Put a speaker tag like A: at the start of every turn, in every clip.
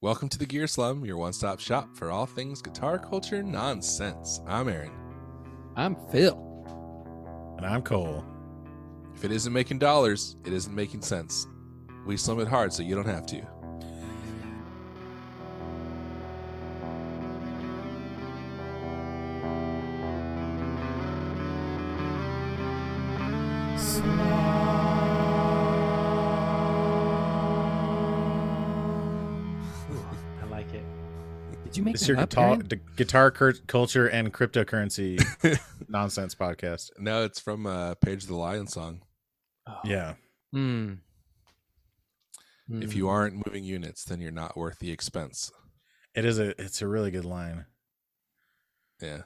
A: Welcome to the Gear Slum, your one stop shop for all things guitar culture nonsense. I'm Aaron.
B: I'm Phil.
C: And I'm Cole.
A: If it isn't making dollars, it isn't making sense. We slum it hard so you don't have to.
B: I like it. Did you make
C: It's
B: that
C: your
B: up,
C: guitar,
B: Aaron?
C: d- guitar cur- culture and cryptocurrency nonsense podcast.
A: No, it's from uh, Page the Lion song.
B: Oh.
C: Yeah,
B: Hmm.
A: If
B: Hmm.
A: you aren't moving units, then you're not worth the expense.
C: it is a it's a really good line.
A: Yeah.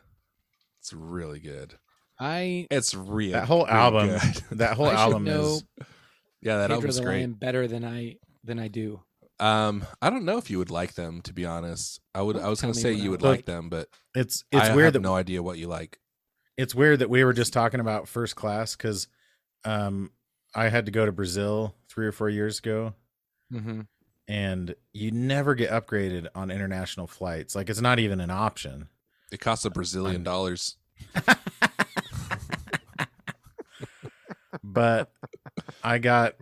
A: It's really good.
B: I
A: It's real.
C: That whole
A: real
C: album,
A: good.
C: that whole
B: I should
C: album
B: know
C: is
A: yeah, that
B: Pedro
A: album's
B: the
A: great.
B: Lion better than I than I do.
A: Um, I don't know if you would like them, to be honest. I would.
B: Don't
A: I was
B: tell
A: gonna
B: me
A: say
B: what I
A: you would
C: like.
A: like them, but
C: it's
A: it's
C: it's
A: I
C: weird
A: have
C: that
A: no idea what you like.
C: it's weird that we were just talking about first class because um I had to go to Brazil three or four years ago,
B: Mm-hmm.
C: and you never get upgraded on international flights. Like it's not even an option.
A: It costs a Brazilian
C: I'm-
A: dollars.
C: but I got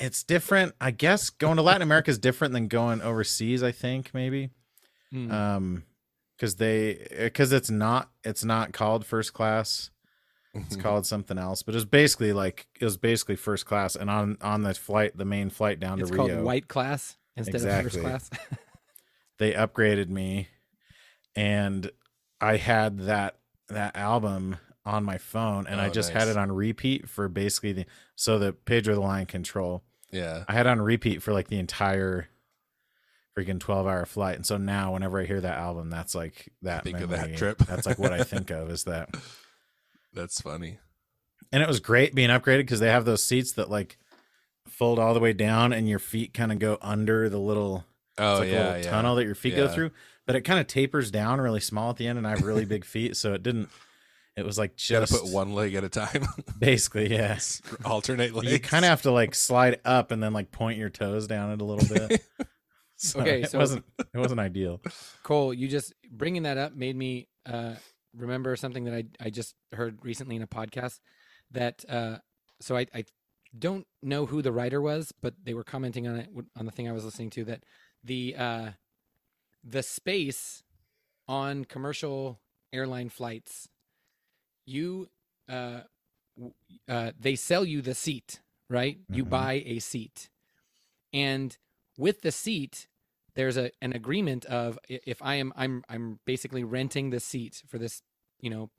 C: it's different. I guess going to Latin America is different than going overseas. I think maybe
B: Hmm.
C: um because they because it's not it's not called first class. It's
B: Mm-hmm.
A: Mm-hmm.
C: called something else, but it was basically like it was basically first class. And on on the flight, the main flight down
B: It's
C: to
B: called
C: Rio,
B: white class instead
C: Exactly.
B: of first class.
C: they upgraded me, and I had that that album on my phone, and I
A: Oh,
C: just
A: nice.
C: had it on repeat for basically the so the Pedro the Lion Control.
A: Yeah,
C: I had on repeat for like the entire freaking 12 hour flight. And so now whenever I hear that album, that's like that
A: Think of that
C: memory.
A: trip.
C: that's like what I think of is that.
A: that's funny.
C: And it was great being upgraded because they have those seats that like fold all the way down and your feet kind of go under the little,
A: Oh
C: it's like a
A: yeah,
C: little
A: yeah.
C: tunnel that your feet go
A: Yeah.
C: through. But it kind of tapers down really small at the end. And I have really big feet. So it didn't, it was like
A: You gotta
C: just
A: put one leg at a time.
C: basically, yeah.
A: Alternate legs.
C: You kind of have to like slide up and then like point your toes down it a little bit. So
B: Okay,
C: it
B: so-
C: wasn't it wasn't ideal.
B: Cole, you just bringing that up made me uh, remember something that I, I just heard recently in a podcast that uh, so I, I don't know who the writer was, but they were commenting on it w- on the thing I was listening to that the uh, the space on commercial airline flights you uh, w- uh, they sell you the seat right you
C: Mhm.
B: buy a seat and with the seat there's a an agreement of i- if I am I'm I'm basically renting the seat for this you know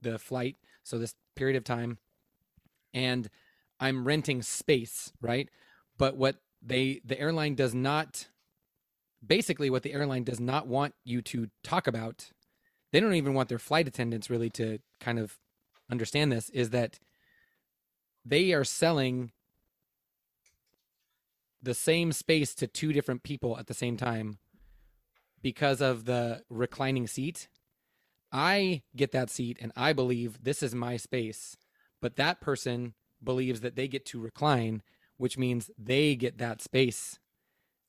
B: the flight so this period of time and I'm renting space right but what they the airline does not basically what the airline does not want you to talk about they don't even want their flight attendants really to kind of understand this is that they are selling the same space to two different people at the same time because of the reclining seat. I get that seat and I believe this is my space, but that person believes that they get to recline, which means they get that space.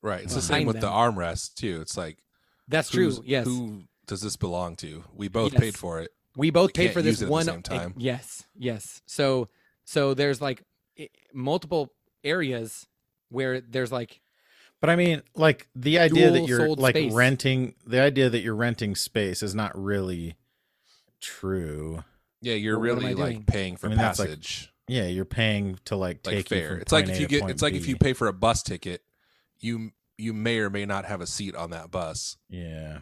A: right. It's the
B: behind
A: same with the
B: them.
A: armrest too. It's like
B: That's
A: who's-
B: true. Yes.
A: Who does this belong to? We both
B: Yes.
A: paid for it.
B: we both
A: they
B: paid for
A: can't
B: this
A: use it at the
B: one
A: same
B: e-
A: time.
B: yes yes so so there's like i- multiple areas where there's like
C: But I mean, like the idea that
B: Dual
C: you're
B: sold
C: like
B: space.
C: renting the idea that you're renting space is not really true.
A: Yeah, you're
B: Well, what am
A: really
B: I
A: like
B: doing?
A: paying for
C: I mean, that's like-
A: passage,
C: Yeah, you're paying to like
A: like,
C: take you
A: fare.
C: from
A: It's like
C: point
A: if
C: A
A: you
C: to
A: get.
C: point
A: It's like if
C: B.
A: you pay for a bus ticket, you you may or may not have a seat on that bus.
C: Yeah,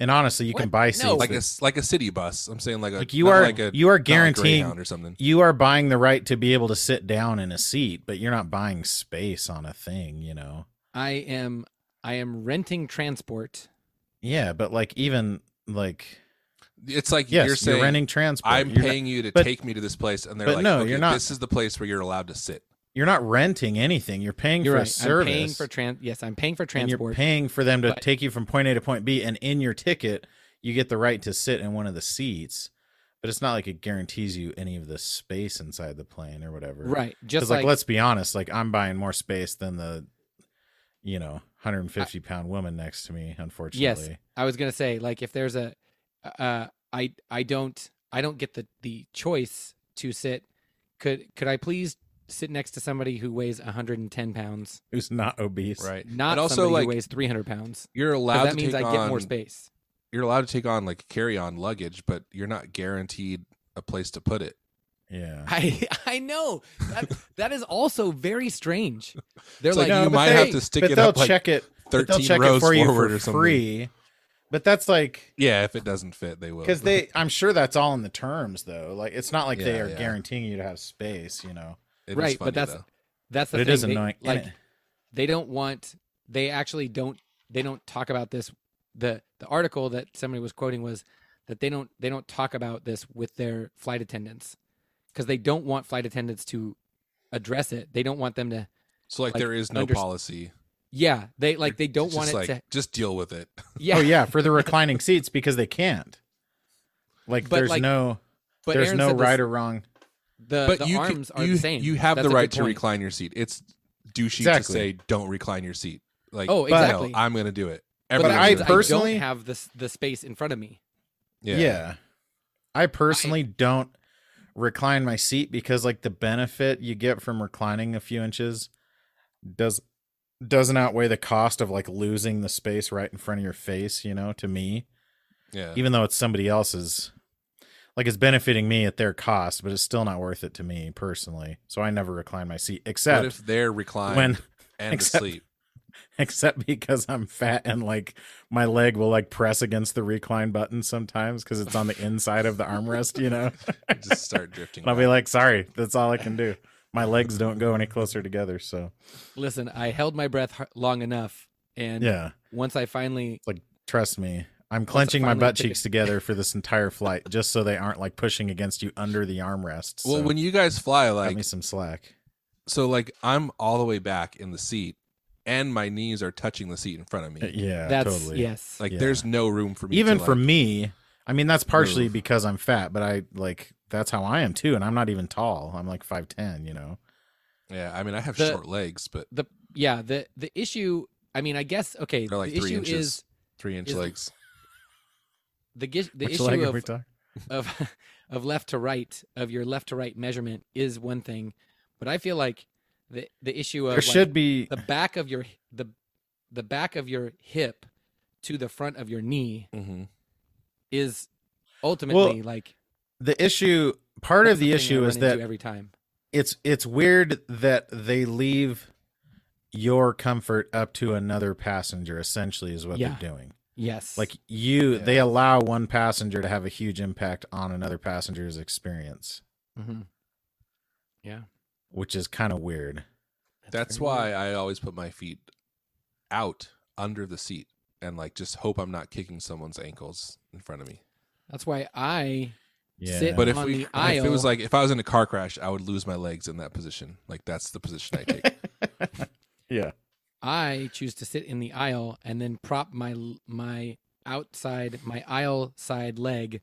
C: and honestly, you can
B: What?
C: buy
B: No.
C: seats
A: Like a
C: that-
A: s- like a city bus. I'm saying like a
C: Oh. like you
A: not
C: are
A: like a
C: you are
A: not a
C: guaranteeing
A: Greyhound or something.
C: you are buying the right to be able to sit down in a seat, but you're not buying space on a thing. You know.
B: i am i am renting transport
C: Yeah, but like even like
A: It's like
C: yes,
A: you're
C: you're,
A: saying
C: renting transport.
A: I'm
C: You're not-
A: paying you to
C: but-
A: take me to this place, and they're
C: but
A: like,
C: no,
A: okay,
C: you're not-
A: This is the place where you're allowed to sit.
C: you're not renting anything. You're paying
B: you're
C: for
B: right
C: a service.
B: i'm paying for trans yes i'm paying for
C: And you're
B: transport
C: paying for them to
B: but-
C: take you from point A to point B, and in your ticket, you get the right to sit in one of the seats. But it's not like it guarantees you any of the space inside the plane or whatever.
B: right
C: 'Cause,
B: just
C: like,
B: like,
C: let's be honest, like I'm buying more space than the, you know 150 pound woman next to me. Unfortunately,
B: Yes, I was gonna say like if there's a, uh, I I don't I don't get the the choice to sit. Could could I please sit next to somebody who weighs 110 pounds,
C: who's not obese?
A: right?
B: not
A: and also
B: somebody
A: like
B: who weighs 300 pounds?
A: you're
B: 'Cause
A: allowed
B: that
A: to
B: means
A: take
B: I get
A: on
B: more space.
A: you're allowed to take on like carry-on luggage, but you're not guaranteed a place to put it.
C: Yeah.
B: I I know that that is also very strange. They're
A: It's like,
B: like,
C: No,
A: you
C: but
A: might
C: they-
A: have to stick
C: but
A: it
C: they'll
A: up like
C: check it. but they'll
A: 13
C: check it
A: rows
C: for you
A: forward
C: for
A: or something.
C: free. But that's like
A: Yeah, if it doesn't fit, they will.
C: because they. I'm sure that's all in the terms though. Like it's not like they
A: Yeah,
C: are
A: yeah.
C: guaranteeing you to have space. You know.
A: It is
B: Right, but
A: funny,
B: that's-
A: though.
B: that's the
C: But it
B: thing.
C: is
B: they,
C: annoying.
B: Like they don't want. They actually don't. They don't talk about this. the The article that somebody was quoting was that they don't. They don't talk about this with their flight attendants because they don't want flight attendants to address it. They don't want them to.
A: so like,
B: like,
A: there is no
B: underst-
A: policy.
B: Yeah, they like they don't
A: It's
B: want
A: just
B: it
A: like,
B: to.
A: just deal with it.
B: Yeah,
C: Oh yeah, for the reclining seats because they can't. Like
B: But,
C: there's
B: like,
C: no
B: but
C: there's
B: Aaron
C: no
B: said this-
C: right or wrong.
B: The,
A: but
B: Uh, the
A: you can-
B: arms are
A: you,
B: the same.
A: You have
B: That's a
A: the
B: good
A: right to
B: point.
A: recline your seat. It's douchey
C: Exactly.
A: to say don't recline your seat. Like
B: Oh,
A: no,
B: exactly.
A: I'm going to do it.
B: But
A: Everyone's
B: that
C: I
A: gonna
B: means
A: do it.
C: personally-
B: don't have this the space in front of me.
A: yeah.
C: Yeah. I personally don't recline my seat because like the benefit you get from reclining a few inches does doesn't outweigh the cost of like losing the space right in front of your face, you know, to me.
A: yeah.
C: Even though it's somebody else's like it's benefiting me at their cost, but it's still not worth it to me personally. So I never recline my seat
A: What
C: except
A: if they're reclined
C: when
A: and
C: except-
A: asleep?
C: except because I'm fat and like my leg will like press against the recline button sometimes because it's on the inside of the armrest, you know.
A: Just start drifting.
C: And I'll be
A: back.
C: like, sorry, that's all I can do. My legs don't go any closer together. So
B: Listen, I held my breath h- long enough, and
C: yeah,
B: once I finally
C: trust me. I'm clenching my
B: finally
C: butt
B: take a-
C: cheeks together for this entire flight just so they aren't like pushing against you under the armrest.
A: well,
C: so
A: when you guys fly,
C: cut
A: like
C: me some slack.
A: so, like I'm all the way back in the seat, and my knees are touching the seat in front of me.
C: Uh, Yeah,
B: that's
C: totally.
B: yes,
A: Like
C: yeah.
A: there's no room for me.
C: Even
A: to,
C: for
A: like,
C: me, I mean that's partially
A: move.
C: because I'm fat, but I like that's how I am too, and I'm not even tall. I'm like five ten, you know.
A: yeah. I mean, I have
B: The-
A: short legs, but
B: the yeah the the issue. I mean, I guess okay.
A: They're like
B: the
A: three
B: issue
A: inches.
B: is
A: three inch
B: Is-
A: legs.
B: the gi- the
C: Which leg
B: issue
C: are we
B: of
C: talking?
B: of of left to right of your left to right measurement is one thing, but I feel like the the issue of
C: There
B: like,
C: should be
B: the back of your h- the the back of your hip to the front of your knee
A: Mm-hmm.
B: is ultimately like
C: the issue. Part of
B: that's
C: the
B: thing I
C: issue
B: run
C: is
B: into
C: that
B: every time.
C: it's it's weird that they leave your comfort up to another passenger essentially is what
B: Yeah.
C: they're doing
B: Yes,
C: like you
A: Yeah.
C: they allow one passenger to have a huge impact on another passenger's experience
B: Mhm.
C: which is kind of weird
A: That's
B: very weird.
A: why I always put my feet out under the seat and like just hope I'm not kicking someone's ankles in front of me.
B: That's why I
C: yeah
B: Sit-
A: But if
B: On
A: we,
B: the
A: if it was
B: aisle-
A: like if I was in a car crash, I would lose my legs in that position. Like that's the position I take.
C: yeah
B: I choose to sit in the aisle and then prop my l- my outside my aisle side leg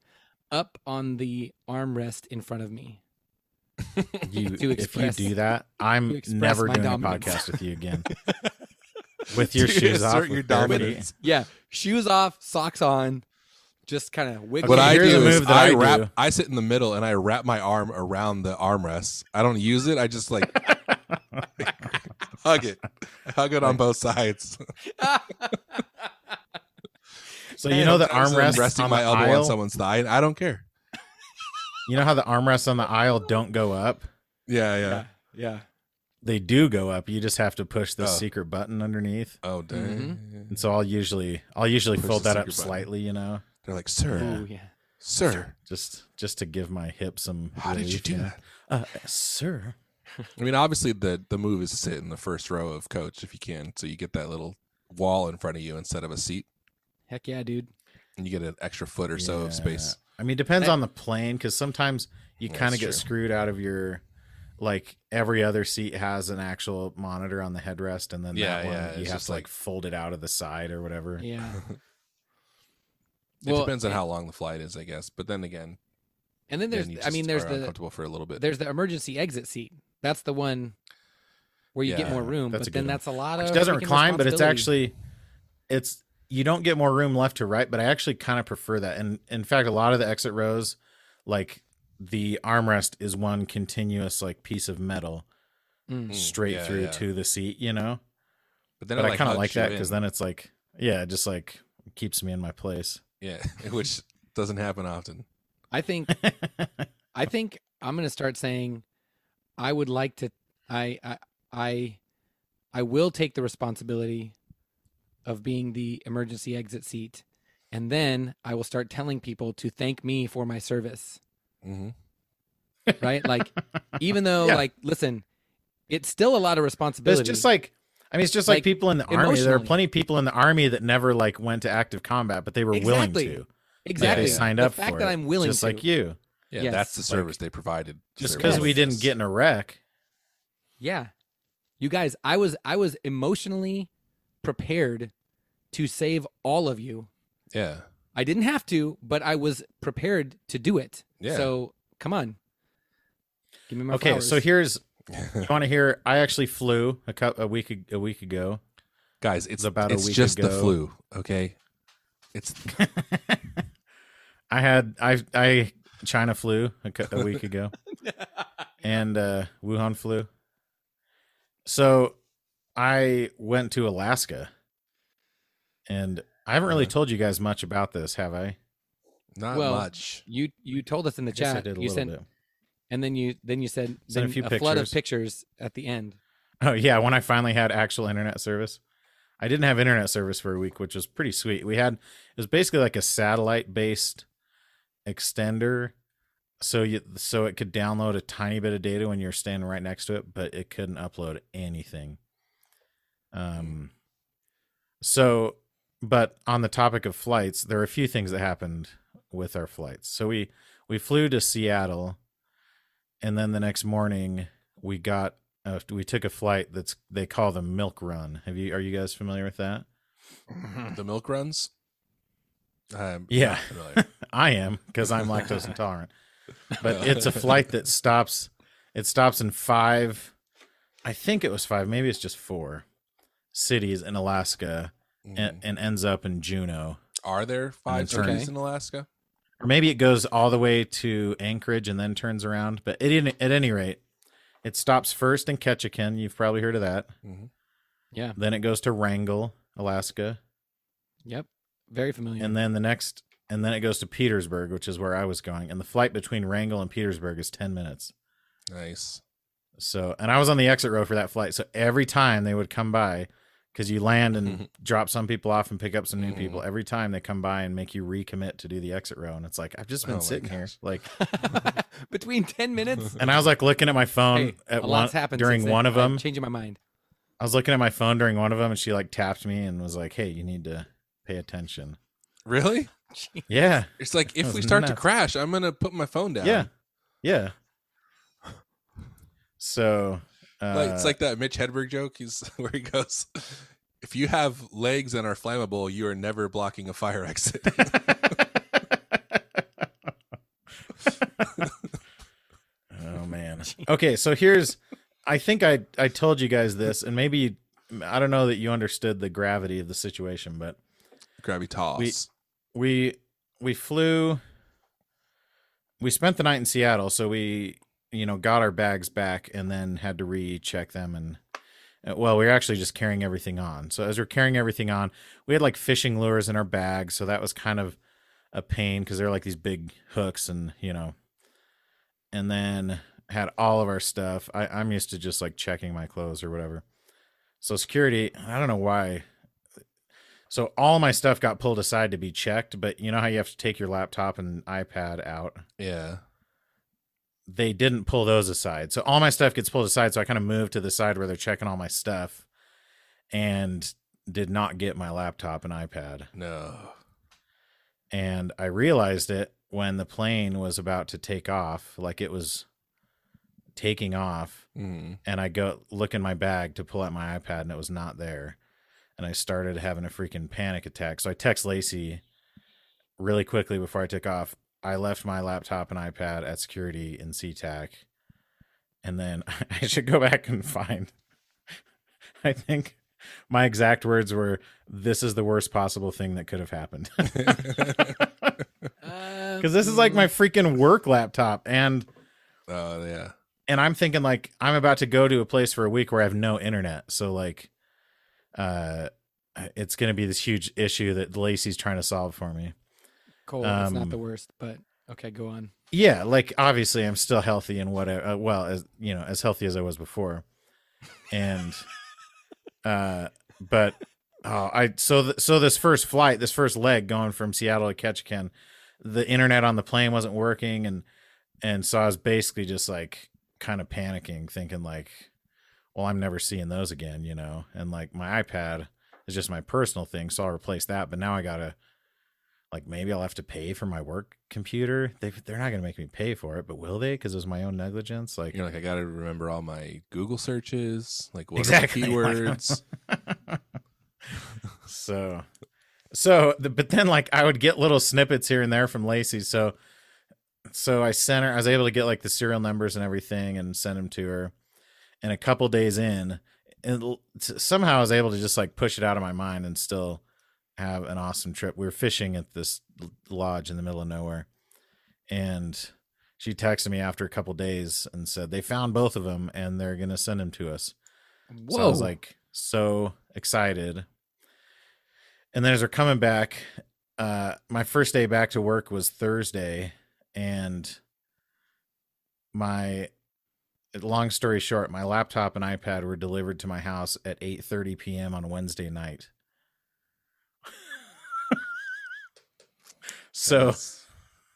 B: up on the armrest in front of me.
C: you
B: To
C: if you
B: express-
C: do that
B: to
C: i'm
B: express
C: never
B: my
C: doing
B: dominance.
C: a podcast with you again with your shoes
A: assert
C: off with
A: your
C: bare feet.
A: dominance.
B: Yeah, shoes off, socks on, just kind of wiggle.
A: What
C: Okay,
A: I
C: here's
A: do
C: a
A: is
C: move that
A: I,
C: I do.
A: wrap. I sit in the middle and I wrap my arm around the armrest. I don't use it. I just like hug it. I hug it on both sides.
C: so you know the
A: Sometimes I'm
C: armrest
A: resting
C: on the
A: my elbow
C: aisle
A: on someone's thigh. I don't care.
C: you know how the armrests on the aisle don't go up
A: Yeah, yeah.
B: yeah, yeah.
C: they do go up. You just have to push the
A: Oh.
C: secret button underneath.
A: Oh dang.
C: And so I'll usually I'll usually
A: Push
C: fold
A: the
C: that up
A: secret button.
C: slightly, you know,
A: They're like, sir,
C: Yeah.
B: Ooh, yeah.
A: sir,
C: just just to give my hip some.
A: how did you
C: relief,
A: do
C: know?
A: that?
C: uh, sir?
A: I mean, obviously the the move is to sit in the first row of coach if you can, so you get that little wall in front of you instead of a seat,
B: Heck yeah, dude.
A: and you get an extra foot or so of space.
C: I mean, depends
B: I-
C: on the plane because sometimes you
A: Yeah,
C: kind of
A: that's
C: get
A: true.
C: screwed out of your. Like every other seat has an actual monitor on the headrest, and then
A: Yeah,
C: that one
A: yeah,
C: you
A: it's
C: have
A: just
C: to like,
A: like-
C: fold it out of the side or whatever.
B: Yeah.
A: It
B: Well,
A: depends on
B: a-
A: how long the flight is, I guess. But then again,
B: And then there's,
A: then you
B: I mean,
A: just
B: there's
A: are
B: the
A: uncomfortable for a little bit.
B: there's the emergency exit seat. That's the one where you get
A: Yeah,
B: more room.
C: that's a
B: But
C: good
B: then
C: one.
B: that's a lot of
C: Which doesn't
B: freaking
C: recline, but it's
B: responsibility.
C: actually it's you don't get more room left to right, but I actually kind of prefer that. And in fact, a lot of the exit rows, like the armrest is one continuous like piece of metal
B: Mm.
A: Mm,
C: straight
A: yeah,
C: through
A: yeah.
C: to the seat, you know?
A: then
C: but I kind of
A: hugs
C: like
A: you
C: that because
A: in.
C: then it's like, yeah, it just like keeps me in my place.
A: yeah, which doesn't happen often.
B: I think I think I'm gonna start saying I would like to I I I, I will take the responsibility of being the emergency exit seat. And then I will start telling people to thank me for my service.
A: hmm
B: Right? Like even though
C: Yeah.
B: like listen, it's still a lot of responsibility.
C: it's just like I mean, it's just like,
B: Like,
C: people in the army. There are
B: emotionally.
C: plenty of people in the army that never like went to active combat, but they were
B: Exactly.
C: willing to. Like,
B: exactly
C: they signed
B: the
C: up
B: fact
C: for
B: that
C: it,
B: I'm willing
C: just
B: to
C: like you.
A: Yeah,
B: Yes.
A: that's the
C: Like,
A: service they provided. to
C: Just
A: their
C: because we
A: military
C: didn't
A: base.
C: get in a wreck,
B: Yeah. You guys, I was I was emotionally prepared to save all of you.
A: yeah,
B: I didn't have to, but I was prepared to do it.
A: Yeah.
B: So come on. Give me my
C: okay.
B: flowers.
C: So here's you want to hear. I actually flew a cou- a week ag- a week ago.
A: guys, it's about
C: about a
A: it's
C: week
A: just the
C: ago.
A: flu. Okay, it's
C: I had I I China flew a, cou- a week ago, and uh, Wuhan flew. So I went to Alaska, and I haven't really
A: Uh-huh.
C: told you guys much about this, have I?
A: not
B: Well,
A: much.
B: you you told us in the
C: I guess I
B: chat
C: did a
B: you
C: little
B: sent
C: bit.
B: and then you then you said
C: Sent a
B: then
C: few
B: flood of
C: pictures.
B: pictures at the end.
C: Oh yeah, when I finally had actual internet service. I didn't have internet service for a week, which was pretty sweet. We had it was basically like a satellite based extender. So you so it could download a tiny bit of data when you're standing right next to it, but it couldn't upload anything. Um so but on the topic of flights, there are a few things that happened with our flights. So we we flew to Seattle and then the next morning we got uh, we took a flight that's they call the milk run have you are you guys familiar with that
A: The milk runs. Um,
C: Yeah.
A: not familiar.
C: i am because i'm lactose intolerant but it's a flight that stops it stops in five i think it was five maybe it's just four cities in alaska a-
A: Mhm.
C: and, ends up in juneau
A: Are there five
C: then turn-
A: turkeys in Alaska?
C: or maybe it goes all the way to anchorage and then turns around but it, didn't- at any rate it stops first in ketchikan you've probably heard of that
A: Mhm.
B: Yeah.
C: then it goes to wrangell alaska
B: Yep. Very familiar.
C: and then the next and then it goes to petersburg which is where i was going and the flight between wrangell and petersburg is 10 minutes
A: Nice.
C: so and i was on the exit row for that flight so every time they would come by because you land
B: Mm-hmm.
C: and drop some people off and pick up some new
A: Mhm.
C: people every time they come by and make you recommit to do the exit row and it's like i've just been
A: Oh my
C: sitting here
A: gosh.
C: like
B: Between 10 minutes
C: and i was like looking at my phone
B: hey,
C: Um, at
B: a
C: one
B: lot's happened
C: during
B: since then.
C: one of
B: I'm
C: them
B: changing my mind.
C: i was looking at my phone during one of them and she like tapped me and was like hey you need to pay attention
A: Really?
B: Gee.
C: yeah
A: It's like if
C: was
A: we start to
C: nuts.
A: crash, I'm gonna put my phone down.
C: yeah yeah so uh,
A: Like, it's like that Mitch Hedberg joke. He's where he goes, "If you have legs and are flammable, you are never blocking a fire exit."
C: oh man. Okay, so here's I think I I told you guys this and maybe you, I don't know that you understood the gravity of the situation, but
A: Grabby toss.
C: We- we we flew we spent the night in Seattle, so we you know got our bags back and then had to recheck them and uh, well, we were actually just carrying everything on. So as we are carrying everything on, we had like fishing lures in our bags, so that was kind of a pain because they're like these big hooks and you know and then had all of our stuff. I, I'm used to just like checking my clothes or whatever. So security, I don't know why so all my stuff got pulled aside to be checked, but you know how you have to take your laptop and iPad out?
A: yeah.
C: They didn't pull those aside. So all my stuff gets pulled aside, so I kind of moved to the side where they're checking all my stuff and did not get my laptop and iPad.
A: No.
C: And I realized it when the plane was about to take off, like it was taking off
A: Mm.
C: and I go look in my bag to pull out my iPad and it was not there. And I started having a freaking panic attack. So I text Lacey really quickly before I took off. I left my laptop and iPad at security in SeaTac. And then I should go back and find I think my exact words were, "This is the worst possible thing that could have happened." Because this is like my freaking work laptop, and
A: Oh yeah.
C: and I'm thinking like I'm about to go to a place for a week where I have no internet, so like, uh, it's gonna be this huge issue that Lacey's trying to solve for me.
B: cold. it's not the
C: um,
B: worst, but okay, go on.
C: yeah like obviously i'm still healthy and what uh, well as you know as healthy as i was before and uh but oh i so th- so this first flight this first leg going from seattle to ketchikan the internet on the plane wasn't working and and so i was basically just like kind of panicking thinking like well i'm never seeing those again you know and like my ipad is just my personal thing so i'll replace that but now i gotta like maybe i'll have to pay for my work computer they, they're not gonna make me pay for it but will they because it was my own negligence like
A: You're like, I gotta remember all my Google searches, like what
C: Exactly.
A: are the keywords.
C: so so the, but then like i would get little snippets here and there from lacey so so i sent her i was able to get like the serial numbers and everything and send them to her and a couple days in and l- s- somehow i was able to just like push it out of my mind and still have an awesome trip we were fishing at this l- lodge in the middle of nowhere and she texted me after a couple days and said they found both of them and they're going to send them to us
B: Whoa!
C: so I was like so excited. And then as we're coming back, uh, my first day back to work was Thursday, and my long story short, my laptop and iPad were delivered to my house at 8:30 p.m. on Wednesday night. so
A: That's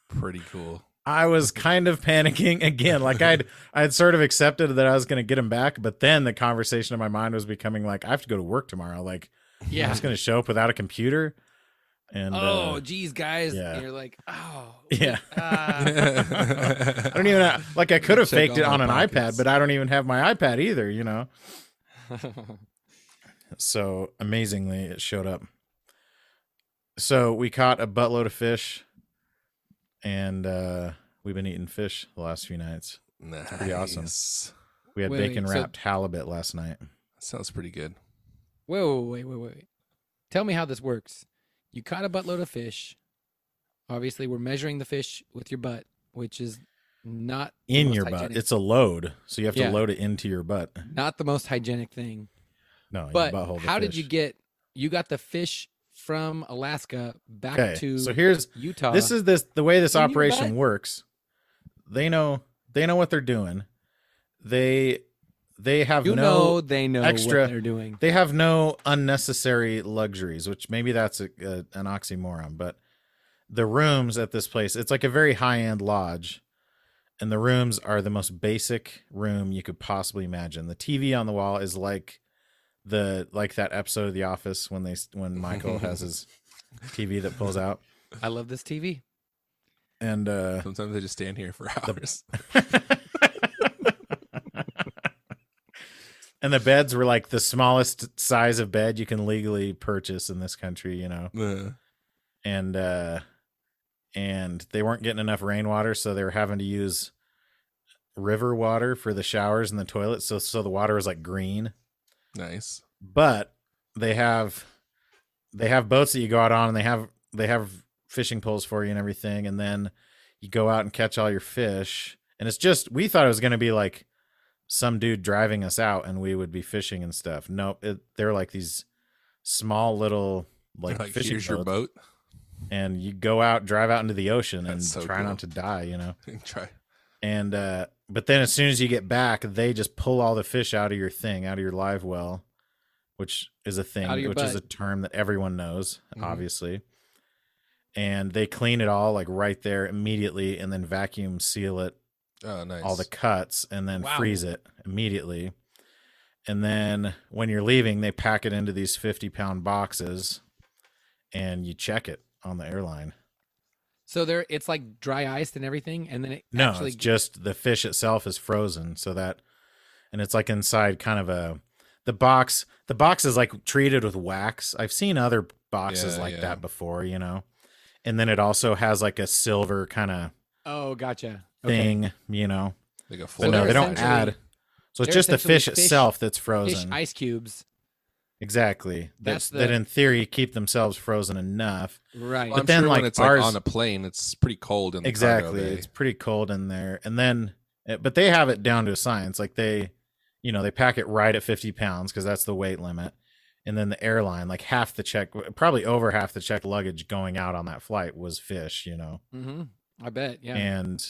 A: pretty cool.
C: I was kind of panicking again. Like I'd I'd sort of accepted that I was gonna get him back, but then the conversation in my mind was becoming like, I have to go to work tomorrow. Like I'm
B: yeah.
C: just gonna show up without a computer. And
B: oh,
C: uh,
B: geez, guys,
C: yeah.
B: and you're like, oh,
C: yeah.
B: ah.
A: I
C: I don't even like I could have
A: Check
C: faked it
A: all
C: on
A: my
C: an
A: pockets.
C: iPad, but I don't even have my iPad either, you know. So amazingly it showed up. So we caught a buttload of fish and uh we've been eating fish the last few nights.
A: Nice.
C: pretty awesome. We had
B: Wait, wait,
C: bacon wrapped halibut last night.
A: Sounds pretty good.
B: whoa, wait, wait, wait, wait. Tell me how this works. You caught a buttload of fish. Obviously, we're measuring the fish with your butt, which is not the
C: in
B: most
C: your butt.
B: hygienic-
C: It's a load, so you have to
B: Yeah.
C: load it into your butt.
B: not the most hygienic thing.
C: No, your
B: But
C: butthole to
B: how did you
C: fish.
B: get? You got the fish from Alaska back
C: Okay,
B: to
C: so here's
B: Utah.
C: this is this the way this
B: in your
C: operation
B: butt?
C: works. They know they know what they're doing. They they have
B: you
C: no
B: know they know
C: extra-
B: what they're doing.
C: they have no unnecessary luxuries, which maybe that's a, a, an oxymoron, but the rooms at this place, it's like a very high-end lodge, and the rooms are the most basic room you could possibly imagine. The TV on the wall is like the like that episode of The Office when they when Michael has his TV that pulls out
B: I love this TV.
C: and uh
A: Sometimes I just stand here for hours.
C: and the beds were like the smallest size of bed you can legally purchase in this country, you know.
A: Uh,
C: and uh and they weren't getting enough rainwater so they were having to use river water for the showers and the toilets so so the water was like green
A: nice.
C: but they have they have boats that you go out on and they have they have fishing poles for you and everything and then you go out and catch all your fish and it's just we thought it was going to be like some dude driving us out and we would be fishing and stuff nope it, they're like these small little like,
A: Like,
C: fishing
A: here's your
C: boats
A: boat.
C: and you go out, drive out into the ocean and
A: That's so
C: try
A: cool.
C: not to die, you know.
A: Try.
C: And uh but then as soon as you get back, they just pull all the fish out of your thing, out of your live well, which is a thing,
B: Out of
C: which
B: your
C: is a
B: butt. Mm-hmm.
C: term that everyone knows,
A: Mhm.
C: obviously. And they clean it all like right there immediately and then vacuum seal it
A: Oh, nice.
C: all the cuts and then
B: Wow.
C: freeze it immediately. And then when you're leaving, they pack it into these 50 pound boxes and you check it on the airline.
B: So there, it's like dry iced and everything, and then it
C: No,
B: actually
C: it's just the fish itself is frozen, so that, and it's like inside kind of a, the box. The box is like treated with wax. I've seen other boxes
A: Yeah,
C: like
A: yeah.
C: that before, you know, and then it also has like a silver kind of
B: oh, gotcha. Okay.
C: thing, you know.
A: like a
B: So
C: but no,
B: they're
C: they don't
B: essentially-
C: add. So it's
B: they're
C: just the
B: essentially
C: fish,
B: fish-
C: itself that's
B: Fish
C: frozen.
B: ice cubes
C: Exactly.
B: That's
C: That's
B: the-
C: that in theory keep themselves frozen enough.
B: Right.
A: Well, I'm
C: But then,
A: sure
C: like,
A: when it's
C: ours-
A: like on a plane, it's pretty cold in the cargo
C: exactly.
A: bay.
C: It's pretty cold in there. And then it- but they have it down to a science. Like they you know, they pack it right at 50 pounds because that's the weight limit. And then the airline, like half the check, probably over half the check luggage going out on that flight was fish, you know.
B: hmm I bet. Yeah.
C: and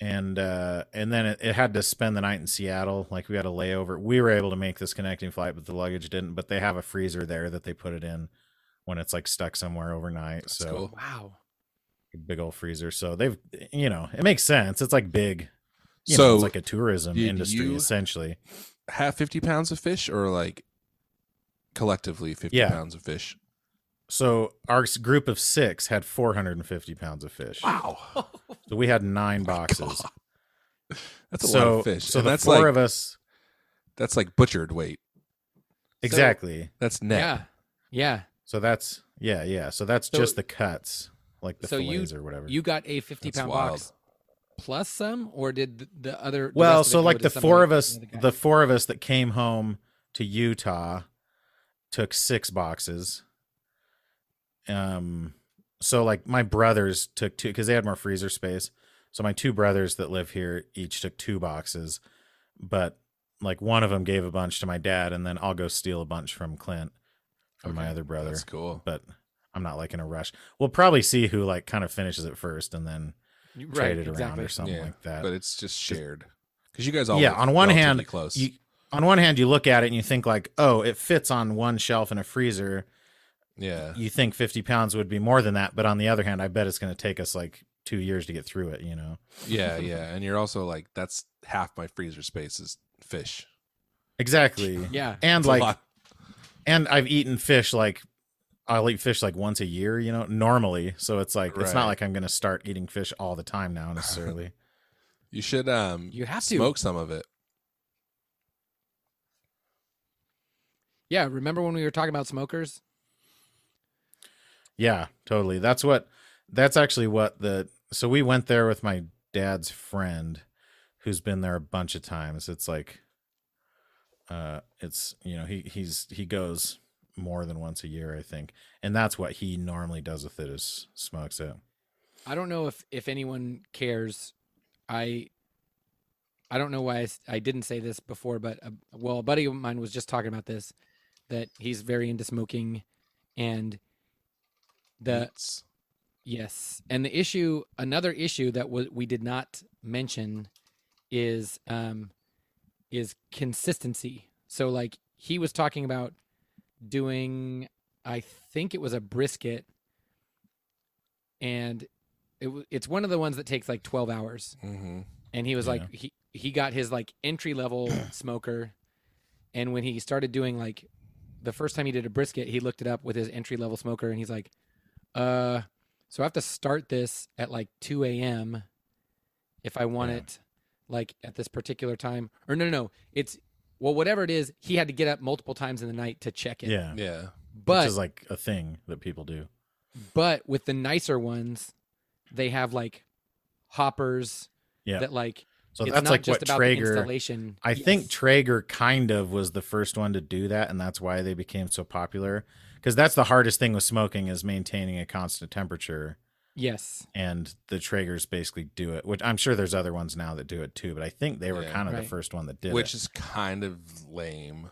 C: and uh and then it, it had to spend the night in seattle like we had a layover we were able to make this connecting flight but the luggage didn't but they have a freezer there that they put it in when it's like stuck somewhere overnight
A: That's
C: so
A: cool.
B: wow.
C: big old freezer so they've you know it makes sense it's like big you know,
A: so
C: it's like a tourism
A: did
C: industry
A: you-
C: essentially
A: have 50 pounds of fish or like collectively 50
C: Yeah.
A: pounds of fish?
C: so our s- group of six had 450 pounds of fish
A: Wow.
C: so we had nine boxes
A: Oh That's a
C: so
A: lot of fish.
C: so
A: So and
C: the
A: that's
C: four
A: like
C: of us
A: that's like butchered weight.
C: exactly
A: That's net.
B: Yeah. Yeah.
C: So that's yeah, yeah. So that's
B: So-
C: just the cuts, like the
B: so you-
C: fillets or whatever.
B: You got a 50
A: That's
B: pound
A: wild.
B: box plus some, or did th- the other? the
C: well,
B: rest of it
C: so
B: go
C: like
B: to
C: the
B: somebody-
C: four of us,
B: another guy?
C: the four of us that came home to Utah, took six boxes. Um, so like my brothers took two because they had more freezer space. So my two brothers that live here each took two boxes, but like one of them gave a bunch to my dad, and then I'll go steal a bunch from Clint, from my
B: Okay,
C: other brother.
A: That's cool.
C: but I'm not like in a rush. We'll probably see who like kind of finishes it first and then
B: You-
C: trade it around or
B: exactly.
C: something
A: Yeah,
C: like that.
A: But it's just shared. Because you guys all
C: Yeah,
A: live
C: on one
A: relatively
C: hand,
A: close.
C: you, on one hand, you look at it and you think like, oh, it fits on one shelf in a freezer.
A: yeah.
C: You think 50 pounds would be more than that, but on the other hand, I bet it's going to take us like two years to get through it. You know,
A: Yeah, yeah. And you're also like, that's half my freezer space is fish.
C: exactly.
B: Yeah.
C: And
A: It's a
C: like,
A: lot.
C: and I've eaten fish like. I'll eat fish like once a year, you know, normally. So it's like it's
A: Right.
C: not like I'm gonna start eating fish all the time now necessarily.
A: you should um
B: You have to.
A: smoke some of it.
B: Yeah. Remember when we were talking about smokers?
C: Yeah, totally. That's what that's actually what the so we went there with my dad's friend who's been there a bunch of times. It's like uh it's you know, he he's he goes more than once a year, I think. And that's what he normally does with it is smokes it.
B: I don't know if if anyone cares. I I don't know why I, s- I didn't say this before, but a, well, a buddy of mine was just talking about this that he's very into smoking, and the
A: It's-
B: yes, and the issue, another issue that wa- we did not mention is um is consistency. So like he was talking about doing I think it was a brisket and it wa- it's one of the ones that takes like 12 hours
A: mhm.
B: and he was
C: Yeah.
B: like he he got his like entry level smoker and when he started doing like the first time he did a brisket he looked it up with his entry level smoker and he's like uh so i have to start this at like 2 a.m if i want
C: Yeah.
B: it like at this particular time or no no no it's well whatever it is he had to get up multiple times in the night to check it
C: Yeah.
A: Yeah.
B: but
C: Which is like a thing that people do.
B: but with the nicer ones, they have like hoppers
C: Yeah.
B: that like
C: so
B: it's
C: that's
B: not
C: like
B: just
C: what
B: about the
C: Traeger
B: installation.
C: I
B: Yes.
C: think Traeger kind of was the first one to do that, and that's why they became so popular. Because that's the hardest thing with smoking is maintaining a constant temperature,
B: yes,
C: and the Traegers basically do it. Which I'm sure there's other ones now that do it too, but I think they were
A: Yeah.
C: kind of
B: Right.
C: the first one that did
A: Which
C: it.
A: is kind of lame,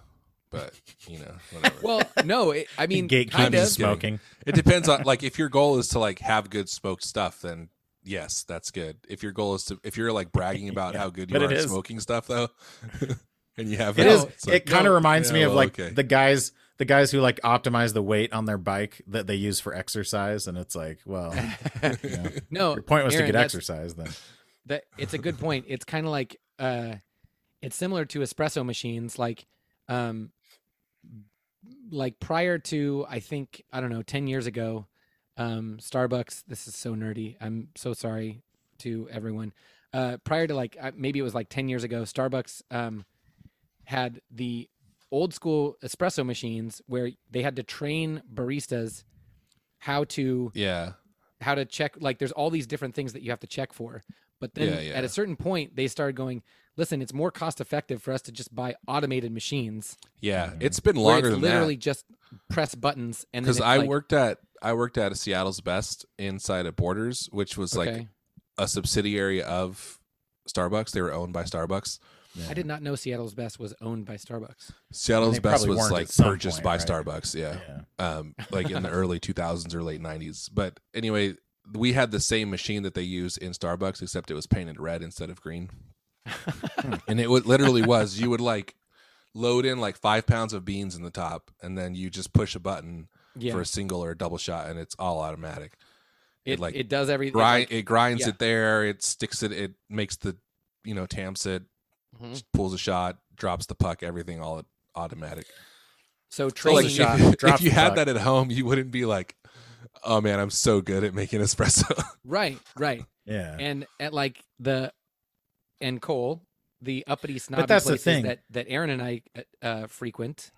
A: but you know, whatever.
B: well, no, it, I mean,
C: gatekeeping
B: kind of.
A: is-
C: smoking.
A: It depends on like if your goal is to like have good smoked stuff, then yes, that's good. If your goal is to if you're like bragging about
C: Yeah,
A: how good you
C: but
A: are
C: it
A: at
C: is.
A: smoking stuff though, and you have
C: It
B: No,
C: is.
A: it's
C: it
A: like,
C: kind of
A: no,
C: reminds me
A: yeah,
C: of
A: well,
C: like
A: okay.
C: the guys, the guys who like optimize the weight on their bike that they use for exercise, and it's like, well, you know,
B: No,
C: your point was
B: Aaron,
C: to get
B: that's-
C: exercise then.
B: that it's a good point. It's kind of like uh, it's similar to espresso machines. Like, um, like prior to I think I don't know ten years ago, um, Starbucks. This is so nerdy. I'm so sorry to everyone. Uh, prior to like uh, maybe it was like ten years ago, Starbucks um, had the old school espresso machines where they had to train baristas how to
A: yeah,
B: how to check like there's all these different things that you have to check for but then
A: Yeah,
B: at
A: yeah.
B: a certain point they started going listen, it's more cost effective for us to just buy automated machines
A: Yeah,
C: Mhm.
A: it's been
B: where
A: longer
B: it's
A: than
B: literally
A: that
B: just press buttons and then
A: because
B: it's
A: I
B: like,
A: worked at I worked at a Seattle's Best inside of Borders, which was like
B: okay.
A: a subsidiary of Starbucks. They were owned by Starbucks.
C: Yeah.
B: I did not know Seattle's Best was owned by Starbucks.
A: Seattle's
C: They
A: Best
C: probably
A: was
C: weren't
A: like
C: at some
A: purchased
C: point,
A: by
C: right?
A: Starbucks. Yeah.
C: Yeah.
A: um, like in the early 2000s or late 90s. But anyway, we had the same machine that they use in Starbucks, except it was painted red instead of green. And it would literally was you would like load in like five pounds of beans in the top, and then you just push a button
B: yeah,
A: for a single or a double shot, and it's all automatic. It,
B: it
A: like
B: it does everything.
A: grind, it grinds
B: yeah.
A: it there. It sticks it. It makes the you know tamps it,
C: Mm-hmm. Mm.
B: Mhm.
A: pulls a shot, drops the puck, everything all automatic. So,
B: So
A: like,
B: training,
A: if,
C: Training shot,
A: if
C: drop
A: you
C: the
A: had
C: puck.
A: that at home, you wouldn't be like, "Oh man, I'm so good at making espresso."
B: right, right,
C: Yeah.
B: and at like the and Cole, the uppity snobby
C: that's the
B: places
C: thing.
B: that that Aaron and I uh, frequent,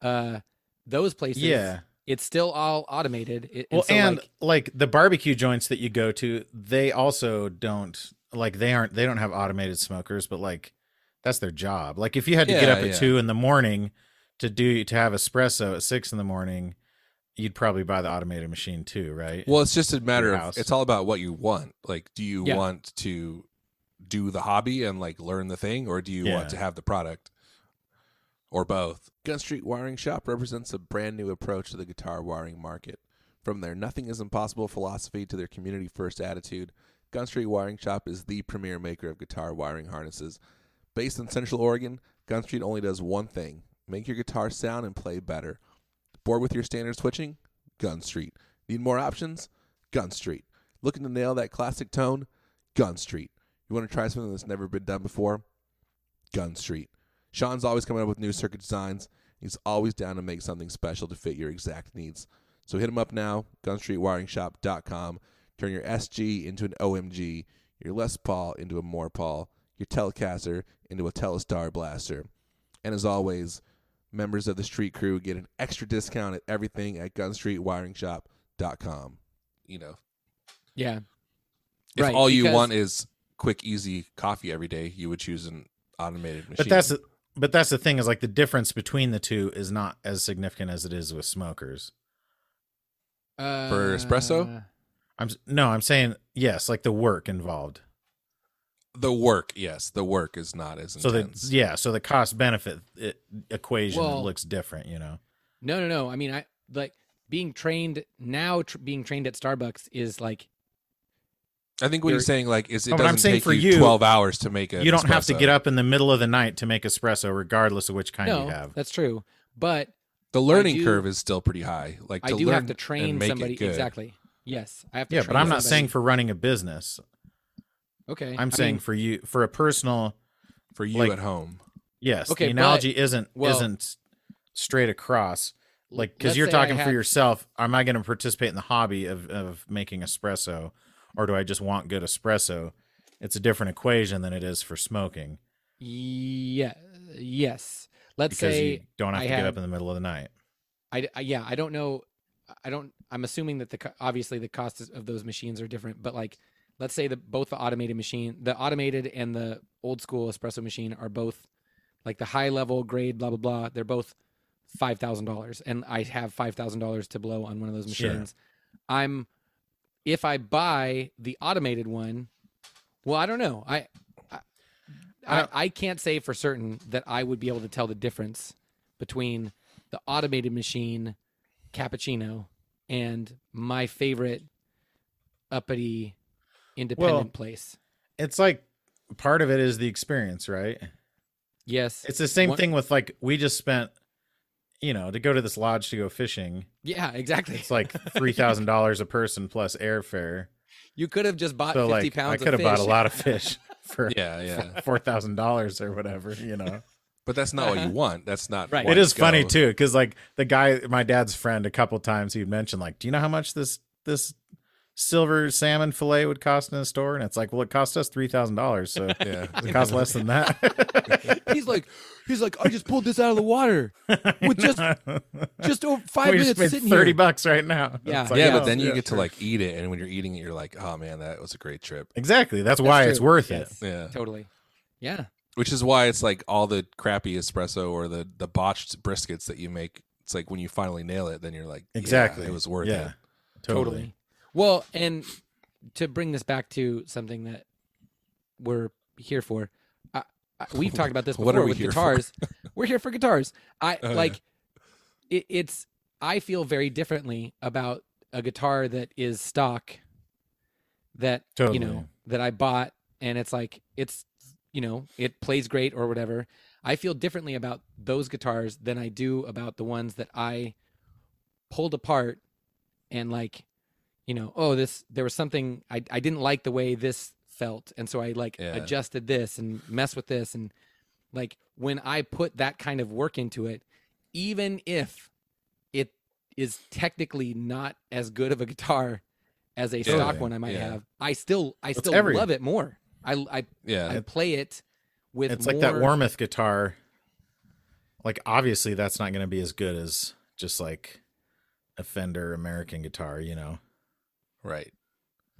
B: uh, those places,
C: Yeah.
B: it's still all automated. It,
C: Well,
B: so,
C: and
B: like,
C: like, the barbecue joints that you go to, they also don't like they aren't they don't have automated smokers, but like that's their job. Like if you had to get
A: Yeah,
C: up at
A: yeah.
C: two in the morning to do to have espresso at six in the morning, you'd probably buy the automated machine too, right?
A: well, it's just a matter
C: Your
A: of
C: house.
A: it's all about what you want. Like, do you
B: Yeah.
A: want to do the hobby and like learn the thing, or do you
C: Yeah.
A: want to have the product, or both? Gun Street Wiring Shop represents a brand new approach to the guitar wiring market. From their nothing is impossible philosophy to their community first attitude, Gun Street Wiring Shop is the premier maker of guitar wiring harnesses. Based in Central Oregon, Gun Street only does one thing make your guitar sound and play better. Bored with your standard switching? Gun Street. Need more options? Gun Street. Looking to nail that classic tone? Gun Street. You want to try something that's never been done before? Gun Street. Sean's always coming up with new circuit designs. He's always down to make something special to fit your exact needs. So hit him up now, gunstreetwiringshop.com. Turn your SG into an OMG, your Les Paul into a More Paul, your Telecaster into a Telestar Blaster. And as always, members of the street crew get an extra discount at everything at gunstreetwiringshop.com. You know,
B: yeah,
A: if
B: Right,
A: all you
B: because-
A: want is quick, easy coffee every day, you would choose an automated machine.
C: but that's the- but that's the thing is like the difference between the two is not as significant as it is with smokers.
B: uh,
A: For espresso?
C: I'm s- no, I'm saying yes, like the work involved.
A: the work. Yes, the work is not as
C: So the
A: intense.
C: yeah, so the cost benefit it, equation
B: Well-
C: looks different, you know.
B: No, no, no. I mean, I like being trained now. Tr- being trained at Starbucks is like
A: I think what
B: you're-
A: he's saying, like, is it
C: No, but I'm
A: doesn't
C: saying
A: take
C: for
A: you,
C: you,
A: twelve hours to make a.
C: you don't have to
A: espresso.
C: get up in the middle of the night to make espresso, regardless of which kind you
B: no,
C: have.
B: that's true. But
A: The learning
B: do-
A: curve is still pretty high. Like,
B: I
A: to
B: do
A: learn
B: have to
A: and
B: train
A: make it
B: somebody
A: good.
B: exactly. Yes, I have to.
C: Yeah,
B: train
C: but I'm not
B: somebody.
C: saying for running a business.
B: okay. I
C: I'm
B: mean,
C: saying for you for a personal.
A: for you
C: Like-
A: at home.
C: Yes,
B: Okay,
C: the
B: but-
C: analogy isn't
B: well-
C: isn't straight across. Like
B: Let's
C: because you're
B: say I
C: talking for
B: had-
C: yourself. Am I going to participate in the hobby of of making espresso, or do I just want good espresso? It's a different equation than it is for smoking
B: yeah, yes. Let's
C: because
B: say
C: you don't have
B: I
C: to get
B: had-
C: up in the middle of the night.
B: I, I- yeah, I don't know. I don't. I'm assuming that the co- obviously the costs of those machines are different, but like, let's say that both the automated machine, the automated and the old school espresso machine, are both like the high level grade, blah blah blah. They're both five thousand dollars, and I have five thousand dollars to blow on one of those
C: Sure.
B: machines. I'm if I buy the automated one, well, I don't know. I I,
C: I
B: I
C: don't-
B: I can't say for certain that I would be able to tell the difference between the automated machine cappuccino and my favorite uppity independent
C: Well-
B: place.
C: It's like part of it is the experience, right?
B: Yes.
C: It's the same
B: One-
C: thing with like we just spent, you know, to go to this lodge to go fishing.
B: yeah, exactly.
C: It's like three thousand dollars a person plus airfare.
B: you could have just bought
C: So
B: 50
C: like
B: pounds
C: I could
B: of
C: have
B: fish.
C: bought a lot of fish for
A: Yeah, yeah.
C: four thousand dollars or whatever. You know,
A: But that's not what you want. That's not.
B: Right.
A: why
C: it is
A: you
C: funny
A: go.
C: too because like the guy, my dad's friend, a couple times he'd mention like, do you know how much this this silver salmon fillet would cost in a store? And it's like, well, it cost us three thousand dollars, so it
A: Yeah.
C: costs less than that.
B: he's like he's like I just pulled this out of the water with just just over 5
C: we just
B: minutes
C: paid
B: sitting
C: thirty
B: here.
C: bucks right now.
B: Yeah.
C: It's
A: yeah,
B: Yeah,
A: but then you
C: yeah,
A: get
C: sure.
A: to like eat it, and when you're eating it, you're like, "Oh man, that was a great trip."
C: Exactly. That's why it's worth it.
A: Yeah.
B: Totally. Yeah.
A: Which is why it's like all the crappy espresso or the the botched briskets that you make. It's like when you finally nail it, then you're like, yeah,
C: Exactly.
A: it was worth
C: yeah,
A: it.
C: Totally.
B: Well, and to bring this back to something that we're here for, I, I, we've talked about this before
A: What are we
B: with
A: here for?
B: guitars. we're here for guitars. I
A: Oh, yeah.
B: like it, it's. I feel very differently about a guitar that is stock, that
C: Totally.
B: you know that I bought, and it's like it's you know it plays great or whatever. I feel differently about those guitars than I do about the ones that I pulled apart and like you know oh this there was something i, I didn't like the way this felt and so i like
A: Yeah.
B: adjusted this and messed with this and like when i put that kind of work into it even if it is technically not as good of a guitar as a stock
C: Totally,
B: one i might
A: yeah.
B: have i still i still
C: every-
B: love it more i i,
A: Yeah.
B: I play it with
C: It's like that
B: more-
C: Wormouth guitar. Like obviously that's not going to be as good as just like a Fender American guitar, you know.
A: Right.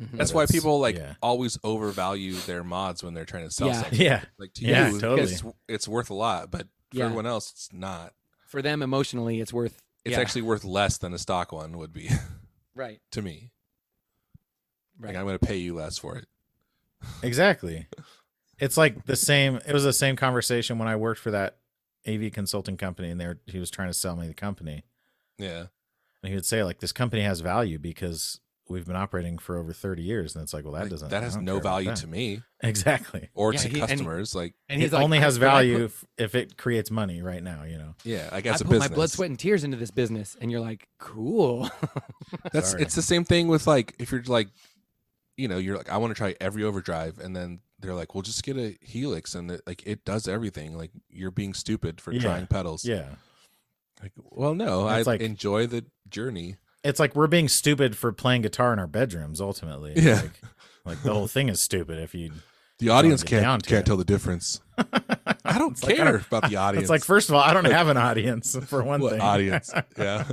B: Mhm.
A: That's why
C: that's-
A: people like
C: Mm. yeah.
A: always overvalue their mods when they're trying to sell
B: Yeah.
A: something.
C: Yeah.
A: Like to
C: Yeah,
A: you,
C: totally.
A: it's it's worth a lot, but for
B: Yeah.
A: everyone else, it's not.
B: for them emotionally it's worth
A: It's
B: yeah,
A: actually worth less than a stock one would be
B: right
A: to me.
B: right
A: Like I'm going to pay you less for it.
C: Exactly. It's like the same. It was the same conversation when I worked for that AV consulting company, and they were, he was trying to sell me the company,
A: Yeah.
C: and he would say like, "This company has value because we've been operating for over thirty years," and it's like, "Well, that
A: Like,
C: doesn't.
A: that has no value to me
C: me." Exactly.
A: or
B: Yeah,
A: to
B: he- and-
A: customers. like
B: and
C: it only has value if, if it creates money right now. You know.
A: yeah, like as
B: I
A: a
B: put
A: business,
B: my blood, sweat, and tears into this business, and you're like, cool.
A: That's
C: Sorry.
A: it's the same thing with like if you're like, you know, you're like I want to try every overdrive, and then they're like, well, just get a Helix, and it, like it does everything. Like you're being stupid for
C: Yeah.
A: trying pedals.
C: Yeah.
A: Like, well, no, I
C: That's like-
A: enjoy the journey.
C: It's like we're being stupid for playing guitar in our bedrooms. Ultimately. It's
A: Yeah.
C: Like, like the whole thing is stupid if you.
A: The audience
C: get down
A: can't
C: to
A: can't
C: it.
A: tell the difference. I don't
C: It's like, I
A: care
C: don't-
A: about the audience.
C: It's like first of all, I don't have an audience for one
A: What
C: thing.
A: audience. Yeah.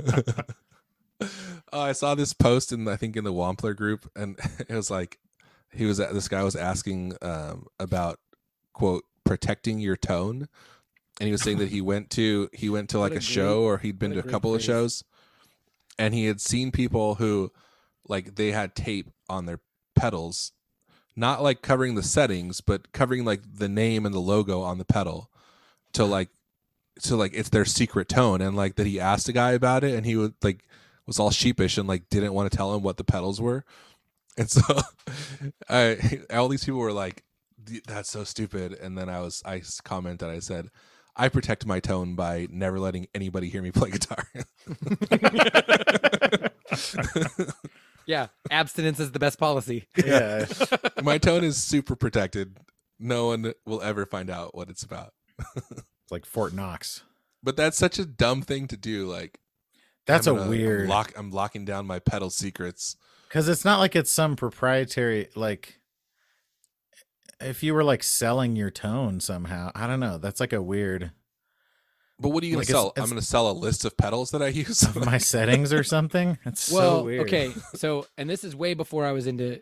A: oh, I saw this post in I think in the Wampler group, and it was like he was this guy was asking um, about quote protecting your tone, and he was saying that he went to he went to
B: What
A: like
B: a
A: a,
B: great-
A: show or he'd been
B: what
A: to
B: a
A: a
B: great
A: couple of
B: phrase.
A: shows, and he had seen people who like they had tape on their pedals not like covering the settings but covering like the name and the logo on the pedal to like so like it's their secret tone and like that he asked a guy about it and he would like was all sheepish and like didn't want to tell him what the pedals were and so I, all these people were like "Th- that's so stupid and then i was i s- commented i said i protect my tone by never letting anybody hear me play guitar
B: yeah, abstinence is the best policy.
C: Yeah.
A: my tone is super protected no one will ever find out what it's about
C: It's like Fort Knox.
A: but that's such a dumb thing to do like
C: That's
A: I'm
C: a
A: gonna, like,
C: weird
A: lock i'm locking down my pedal secrets
C: because it's not like it's some proprietary like. If you were like selling your tone somehow, I don't know. That's like a weird
A: but what are you gonna
C: Like, it's-
A: sell i'm
C: it's-
A: gonna sell a list of pedals that i use
C: of my settings or something. It's
B: well,
C: so weird.
B: okay, so and this is way before I was into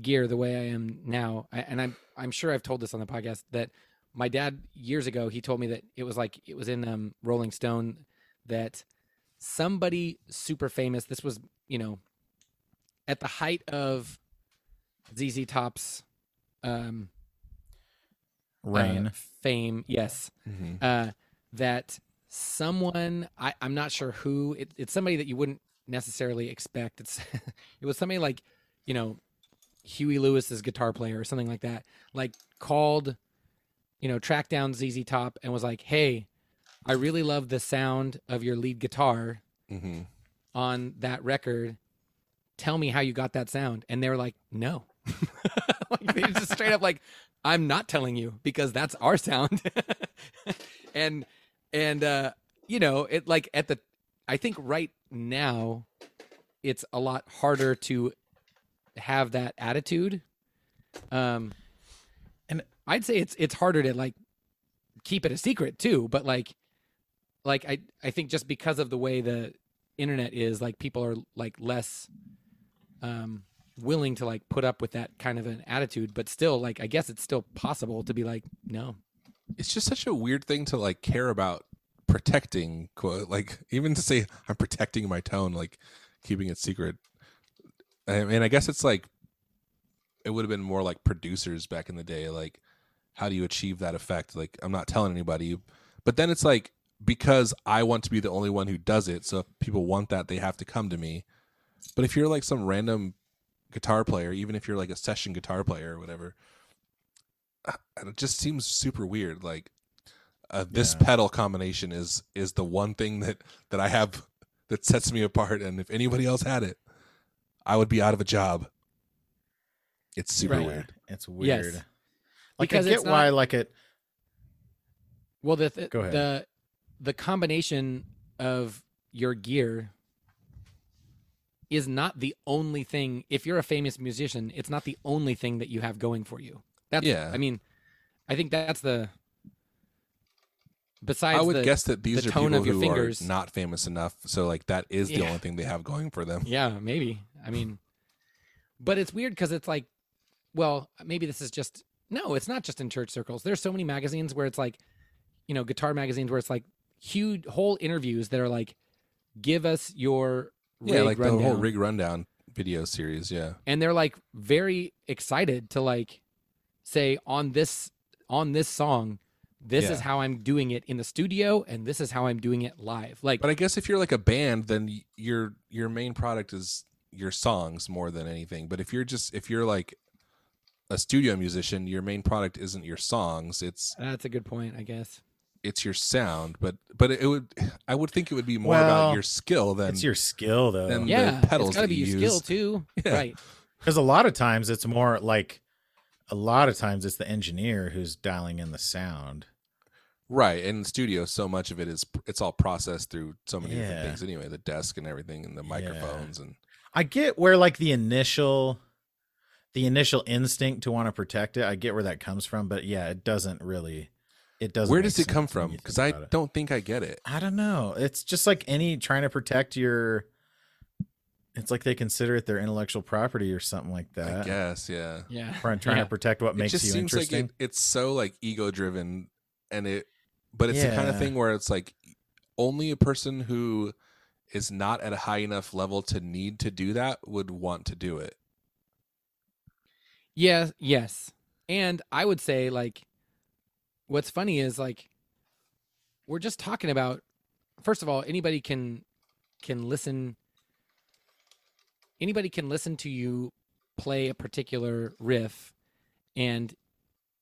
B: gear the way I am now, I, and I'm I'm sure I've told this on the podcast that my dad years ago he told me that it was like it was in um, Rolling Stone that somebody super famous. This was you know at the height of ZZ Top's um, uh,
C: Rain.
B: fame. Yes.
A: Mhm.
B: uh, that someone I, I'm not sure who it, it's somebody that you wouldn't necessarily expect. It's it was somebody like you know Huey Lewis's guitar player or something like that. Like called you know tracked down ZZ Top and was like, hey, I really love the sound of your lead guitar
A: Mhm.
B: on that record. Tell me how you got that sound. And they were like, no. like they just straight up like, I'm not telling you because that's our sound. and and uh, you know, it like at the I think right now it's a lot harder to have that attitude. Um and
C: And-
B: I'd say it's it's harder to like keep it a secret too, but like like I I think just because of the way the internet is like people are like less um willing to like put up with that kind of an attitude but still like i guess it's still possible to be like no
A: it's just such a weird thing to like care about protecting quote like even to say i'm protecting my tone like keeping it secret i mean i guess it's like it would have been more like producers back in the day like how do you achieve that effect like i'm not telling anybody but then it's like because i want to be the only one who does it so if people want that they have to come to me but if you're like some random guitar player even if you're like a session guitar player or whatever uh, and it just seems super weird like uh, this
C: Yeah.
A: pedal combination is is the one thing that that i have that sets me apart and if anybody else had it i would be out of a job it's super
B: Right.
A: weird
C: It's
B: Yes.
C: weird. Like
B: Because
C: I get
B: it's
C: why
B: not-
C: like it
B: Well, the th-
C: Go ahead.
B: the the combination of your gear is not the only thing. If you're a famous musician, it's not the only thing that you have going for you. That's
A: Yeah.
B: I mean, I think that's the besides
A: I would
B: the,
A: guess that these
B: the
A: are
B: tone
A: people
B: of your
A: who
B: fingers.
A: are not famous enough, so like that is the
B: Yeah.
A: only thing they have going for them.
B: Yeah, maybe. I mean, but it's weird because it's like, well, maybe this is just no. It's not just in church circles. There's so many magazines where it's like, you know, guitar magazines where it's like huge whole interviews that are like, give us your
A: Yeah,
B: rig
A: like the whole
B: rundown."
A: rig rundown video series. Yeah,
B: and they're like very excited to like say on this on this song, this
A: Yeah.
B: is how I'm doing it in the studio, and this is how I'm doing it live. Like,
A: but I guess if you're like a band, then y- your your main product is your songs more than anything. But if you're just if you're like a studio musician, your main product isn't your songs; it's
B: that's a good point, I guess.
A: it's your sound. But but it would I would think it would be more
C: Well,
A: about your skill than
C: it's your skill though.
A: then- the
B: Yeah,
A: pedals
B: it's got to
A: that
B: be
A: you
B: your skill
A: used.
B: too,
A: Yeah.
B: right?
C: Because a lot of times it's more like a lot of times it's the engineer who's dialing in the sound.
A: right. And in the studio, so much of it is it's all processed through so many different
C: Yeah.
A: things anyway. The desk and everything, and the
C: Yeah.
A: microphones and.
C: I get where like the initial the initial instinct to want to protect it. I get where that comes from, but yeah, it doesn't really it doesn't
A: Where
C: make
A: does it
C: sense
A: come
C: when
A: from?
C: you think
A: Because I
C: about it.
A: don't think I get it.
C: I don't know. It's just like any trying to protect your it's like they consider it their intellectual property or something like
A: I
C: that.
A: guess, yeah.
B: Yeah,
C: Trying, trying
B: Yeah.
C: to protect what
A: it
C: makes
A: just
C: you
A: seems like
C: interesting.
A: it, it's so like ego driven, and it, but it's the kind of
C: Yeah.
A: thing where it's like only a person who is not at a high enough level to need to do that would want to do it.
B: Yeah, yes. And I would say like what's funny is like we're just talking about first of all, anybody can can listen anybody can listen to you play a particular riff and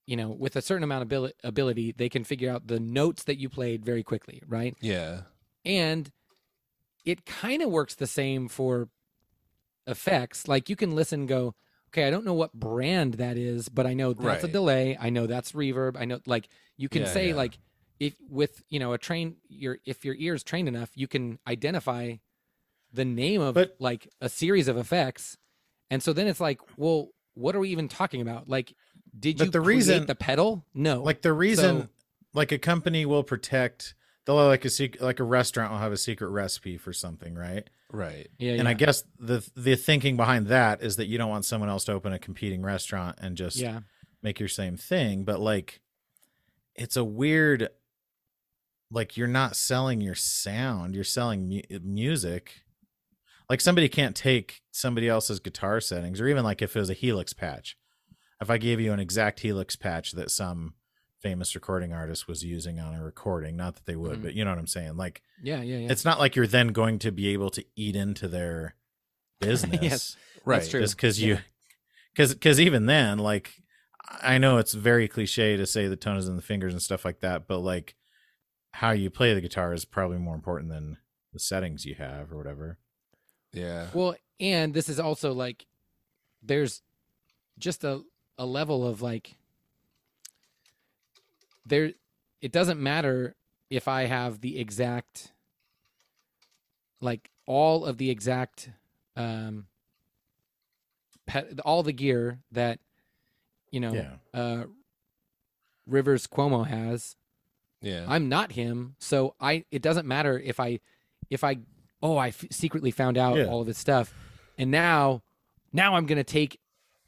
B: you know, with a certain amount of abili- ability, they can figure out the notes that you played very quickly, right?
A: Yeah,
B: and it kind of works the same for effects like you can listen and go okay i don't know what brand that is but i know that's a
A: Right.
B: delay i know that's reverb i know like you can
A: Yeah,
B: say
A: yeah.
B: like if with you know a train your if your ears trained enough you can identify the name of
C: But-
B: like a series of effects and so then it's like well what are we even talking about like did
C: But
B: you
C: the
B: create
C: reason-
B: the pedal no
C: like the reason
B: So-
C: like a company will protect they'll have like a secret like a restaurant will have a secret recipe for something right
A: right.
B: yeah,
C: and i
B: yeah.
C: guess the the thinking behind that is that you don't want someone else to open a competing restaurant and just
B: yeah
C: make your same thing but like it's a weird like you're not selling your sound you're selling mu- uh, music like somebody can't take somebody else's guitar settings or even like if it was a helix patch if i gave you an exact helix patch that some famous recording artist was using on a recording not that they would
B: Mhm.
C: but you know what i'm saying like
B: yeah yeah yeah
C: it's not like you're then going to be able to eat into their business
A: Right.
B: true.
C: just because
B: Yeah.
C: you because because even then like i know it's very cliche to say the tone is in the fingers and stuff like that but like how you play the guitar is probably more important than the settings you have or whatever
A: Yeah.
B: Well, and this is also like there's just a a level of like there it doesn't matter if I have the exact like all of the exact um pet, all the gear that you know
C: yeah
B: uh Rivers Cuomo has
A: yeah.
B: I'm not him, so I it doesn't matter if I if I oh I f- secretly found out
C: Yeah.
B: all of his stuff, and now now I'm gonna take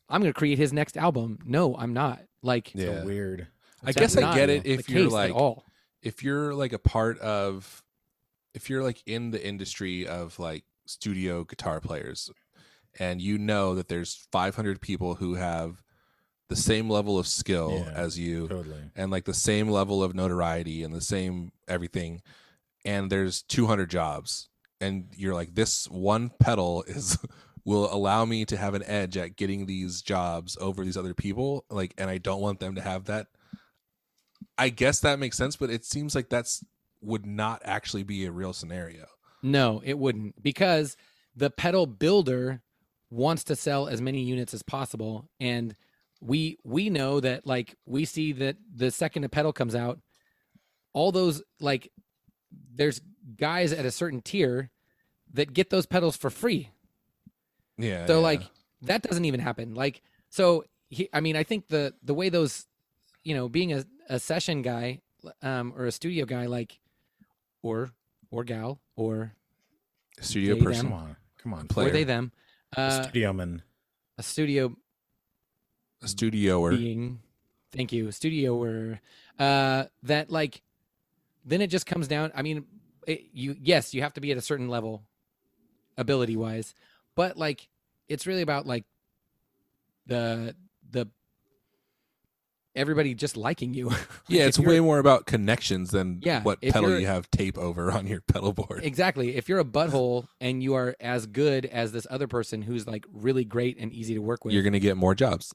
B: I'm gonna create his next album. No, I'm not. Like
A: yeah.
C: so weird
A: I guess I
B: not
A: get it
B: the
A: if you're
B: case at
A: like
B: all.
A: if you're like a part of if you're like in the industry of like studio guitar players and you know that there's 500 people who have the same level of skill
C: Yeah.
A: as you
C: Totally.
A: and like the same level of notoriety and the same everything and there's 200 jobs and you're like this one pedal is will allow me to have an edge at getting these jobs over these other people like and I don't want them to have that I guess that makes sense but it seems like that's would not actually be a real scenario
B: No, it wouldn't because the pedal builder wants to sell as many units as possible and we we know that like we see that the second a pedal comes out all those like there's guys at a certain tier that get those pedals for free.
A: yeah
B: So
A: yeah.
B: like that doesn't even happen. Like so he, I mean I think the the way those you know being a, a session guy um or a studio guy like or or gal or
A: studio
B: they, them,
A: person
C: Come on, come on,
A: Play-
B: Were they
A: player.
B: them? Uh,
C: studio man.
B: a studio
A: a studioer
B: being, thank you, studio were uh, that like, then it just comes down. I mean, it, you yes, you have to be at a certain level, ability wise, but like, it's really about like the the everybody just liking you.
A: yeah
B: If
A: it's
B: you're-
A: way more about connections than
B: Yeah,
A: what
B: if
A: pedal
B: you're-
A: you have tape over on your pedal board
B: Exactly. If you're a butthole and you are as good as this other person who's like really great and easy to work with,
A: you're going to get more jobs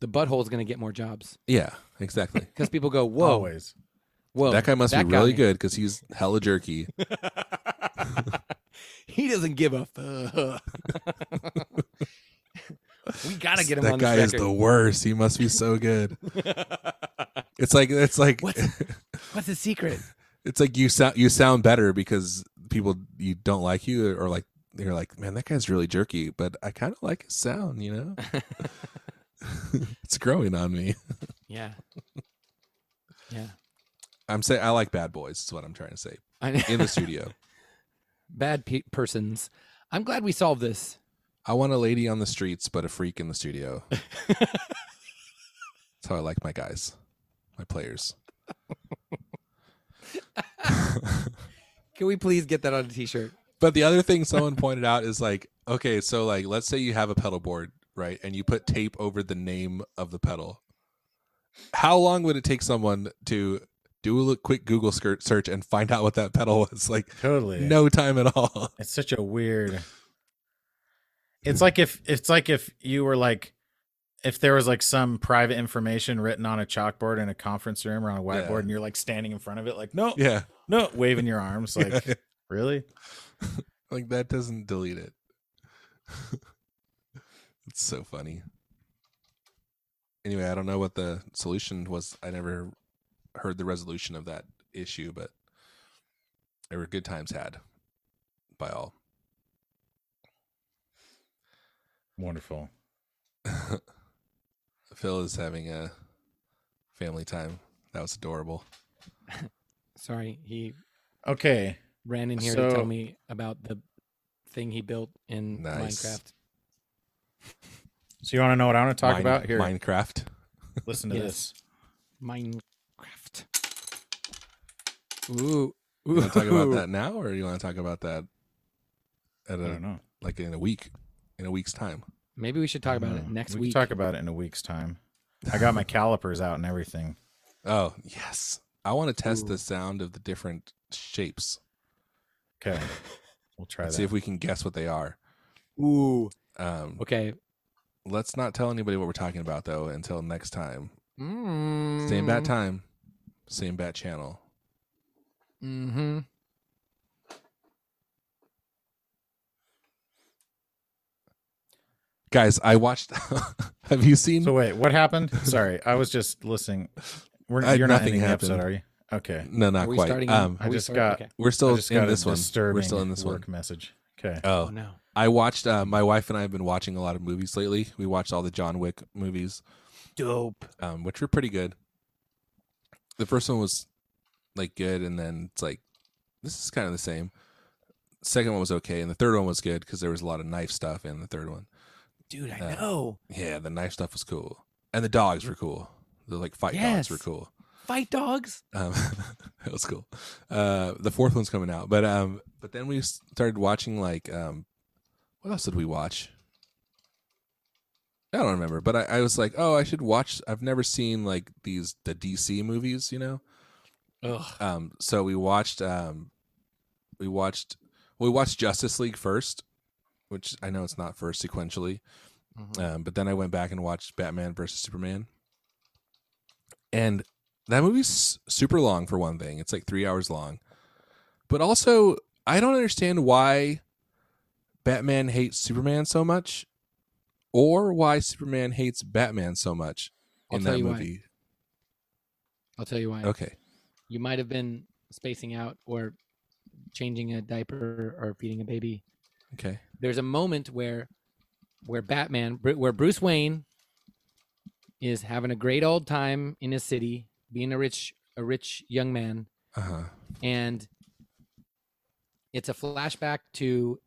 B: the butthole's going to get more jobs
A: yeah exactly
B: because people go, "Whoa,
C: Always.
B: whoa,
A: that guy must
B: that
A: be really
B: guy."
A: good because he's hella jerky.
B: he doesn't give a fuck. we gotta get him
A: that
B: on
A: guy is
B: this
A: the
B: record.
A: worst. He must be so good. it's like it's like
B: What's- What's the secret?
A: it's like you sound you sound better because people you don't like you or like you're like man that guy's really jerky, but I kind of like his sound. You know, it's growing on me.
B: Yeah, yeah.
A: I'm saying I like bad boys. Is what I'm trying to say
B: I,
A: in the studio.
B: bad pe- persons. I'm glad we solved this.
A: I want a lady on the streets, but a freak in the studio. That's how I like my guys, my players.
B: Can we please get that on a T-shirt?
A: But the other thing someone pointed out is like, okay, so like let's say you have a pedal board, right? And you put tape over the name of the pedal. How long would it take someone to do a li- quick Google skirt- search and find out what that pedal was? Like
C: Totally.
A: no time at all.
C: It's such a weird. It's
A: Mm.
C: like if it's like if you were like, if there was like some private information written on a chalkboard in a conference room or on a whiteboard,
A: Yeah.
C: and you're like standing in front of it, like no,
A: Yeah.
C: no, waving your arms, like
A: Like,
C: really?
A: that doesn't delete it. it's so funny. Anyway, I don't know what the solution was. I never heard the resolution of that issue, but there were good times had by all.
C: Wonderful.
A: Phil is having a family time. That was adorable.
B: Sorry, he
C: Okay,
B: ran in here to
C: So-
B: tell me about the thing he built in
A: Nice.
B: Minecraft.
C: so you want to know what I want to talk
A: Mine-
C: about here?
A: Minecraft.
C: Listen to
B: Yes.
C: this.
B: Minecraft. Ooh,
A: You want to talk about that now, or you want to talk about that at
C: I don't
A: a,
C: know.
A: like in a week, in a week's time?
B: Maybe we should talk about it
C: No,
B: next
C: we can
B: week.
C: Talk about it in a week's time. I got my calipers out and everything.
A: Oh yes, I want to test
B: Ooh.
A: the sound of the different shapes.
C: Okay, we'll try that.
A: See if we can guess what they are.
B: Ooh.
A: Um,
B: Okay.
A: Let's not tell anybody what we're talking about though until next time.
B: Mm.
A: Same bat time, same bat channel.
B: Mm-hmm.
A: Guys, I watched. have you seen?
C: So wait, what happened? Sorry, I was just listening. We're,
A: Uh,
C: you're not
A: nothing
C: ending the episode,
A: happened.
C: are you? Okay.
A: no, not
B: Are we
A: quite.
B: starting?
A: um,
C: I just got-
A: we're
C: I
A: still
C: just
A: in
C: got
A: this
C: a
A: one.
C: disturbing
A: We're still in this one.
C: work message. Okay.
B: Oh
A: Oh,
B: no.
A: I watched. Uh, my wife and I have been watching a lot of movies lately. We watched all the John Wick movies,
B: Dope.
A: um, which were pretty good. The first one was like good, and then it's like this is kind of the same. Second one was okay, and the third one was good because there was a lot of knife stuff in the third one.
B: Dude, I
A: Uh,
B: know.
A: Yeah, the knife stuff was cool, and the dogs were cool. The like fight dogs
B: Yes.
A: were cool.
B: Fight dogs.
A: Um, that was cool. Uh, the fourth one's coming out, but um, but then we s- started watching like um, what else did we watch? I don't remember, but I, I was like, oh, I should watch. I've never seen like these the DC movies, you know.
B: Ugh.
A: Um, so we watched um, we watched we watched Justice League first, which I know it's not first sequentially, um, but then I went back and watched Batman versus Superman, and that movie's s- super long for one thing. It's like three hours long, but also I don't understand why Batman hates Superman so much, or why Superman hates Batman so much
B: I'll
A: in
B: tell
A: that
B: you why.
A: movie.
B: I'll tell you why.
A: Okay,
B: You might have been spacing out or changing a diaper or feeding a baby.
A: okay,
B: there's a moment where where Batman Bru- where Bruce Wayne is having a great old time in his city being a rich a rich young man
A: uh huh,
B: and it's a flashback to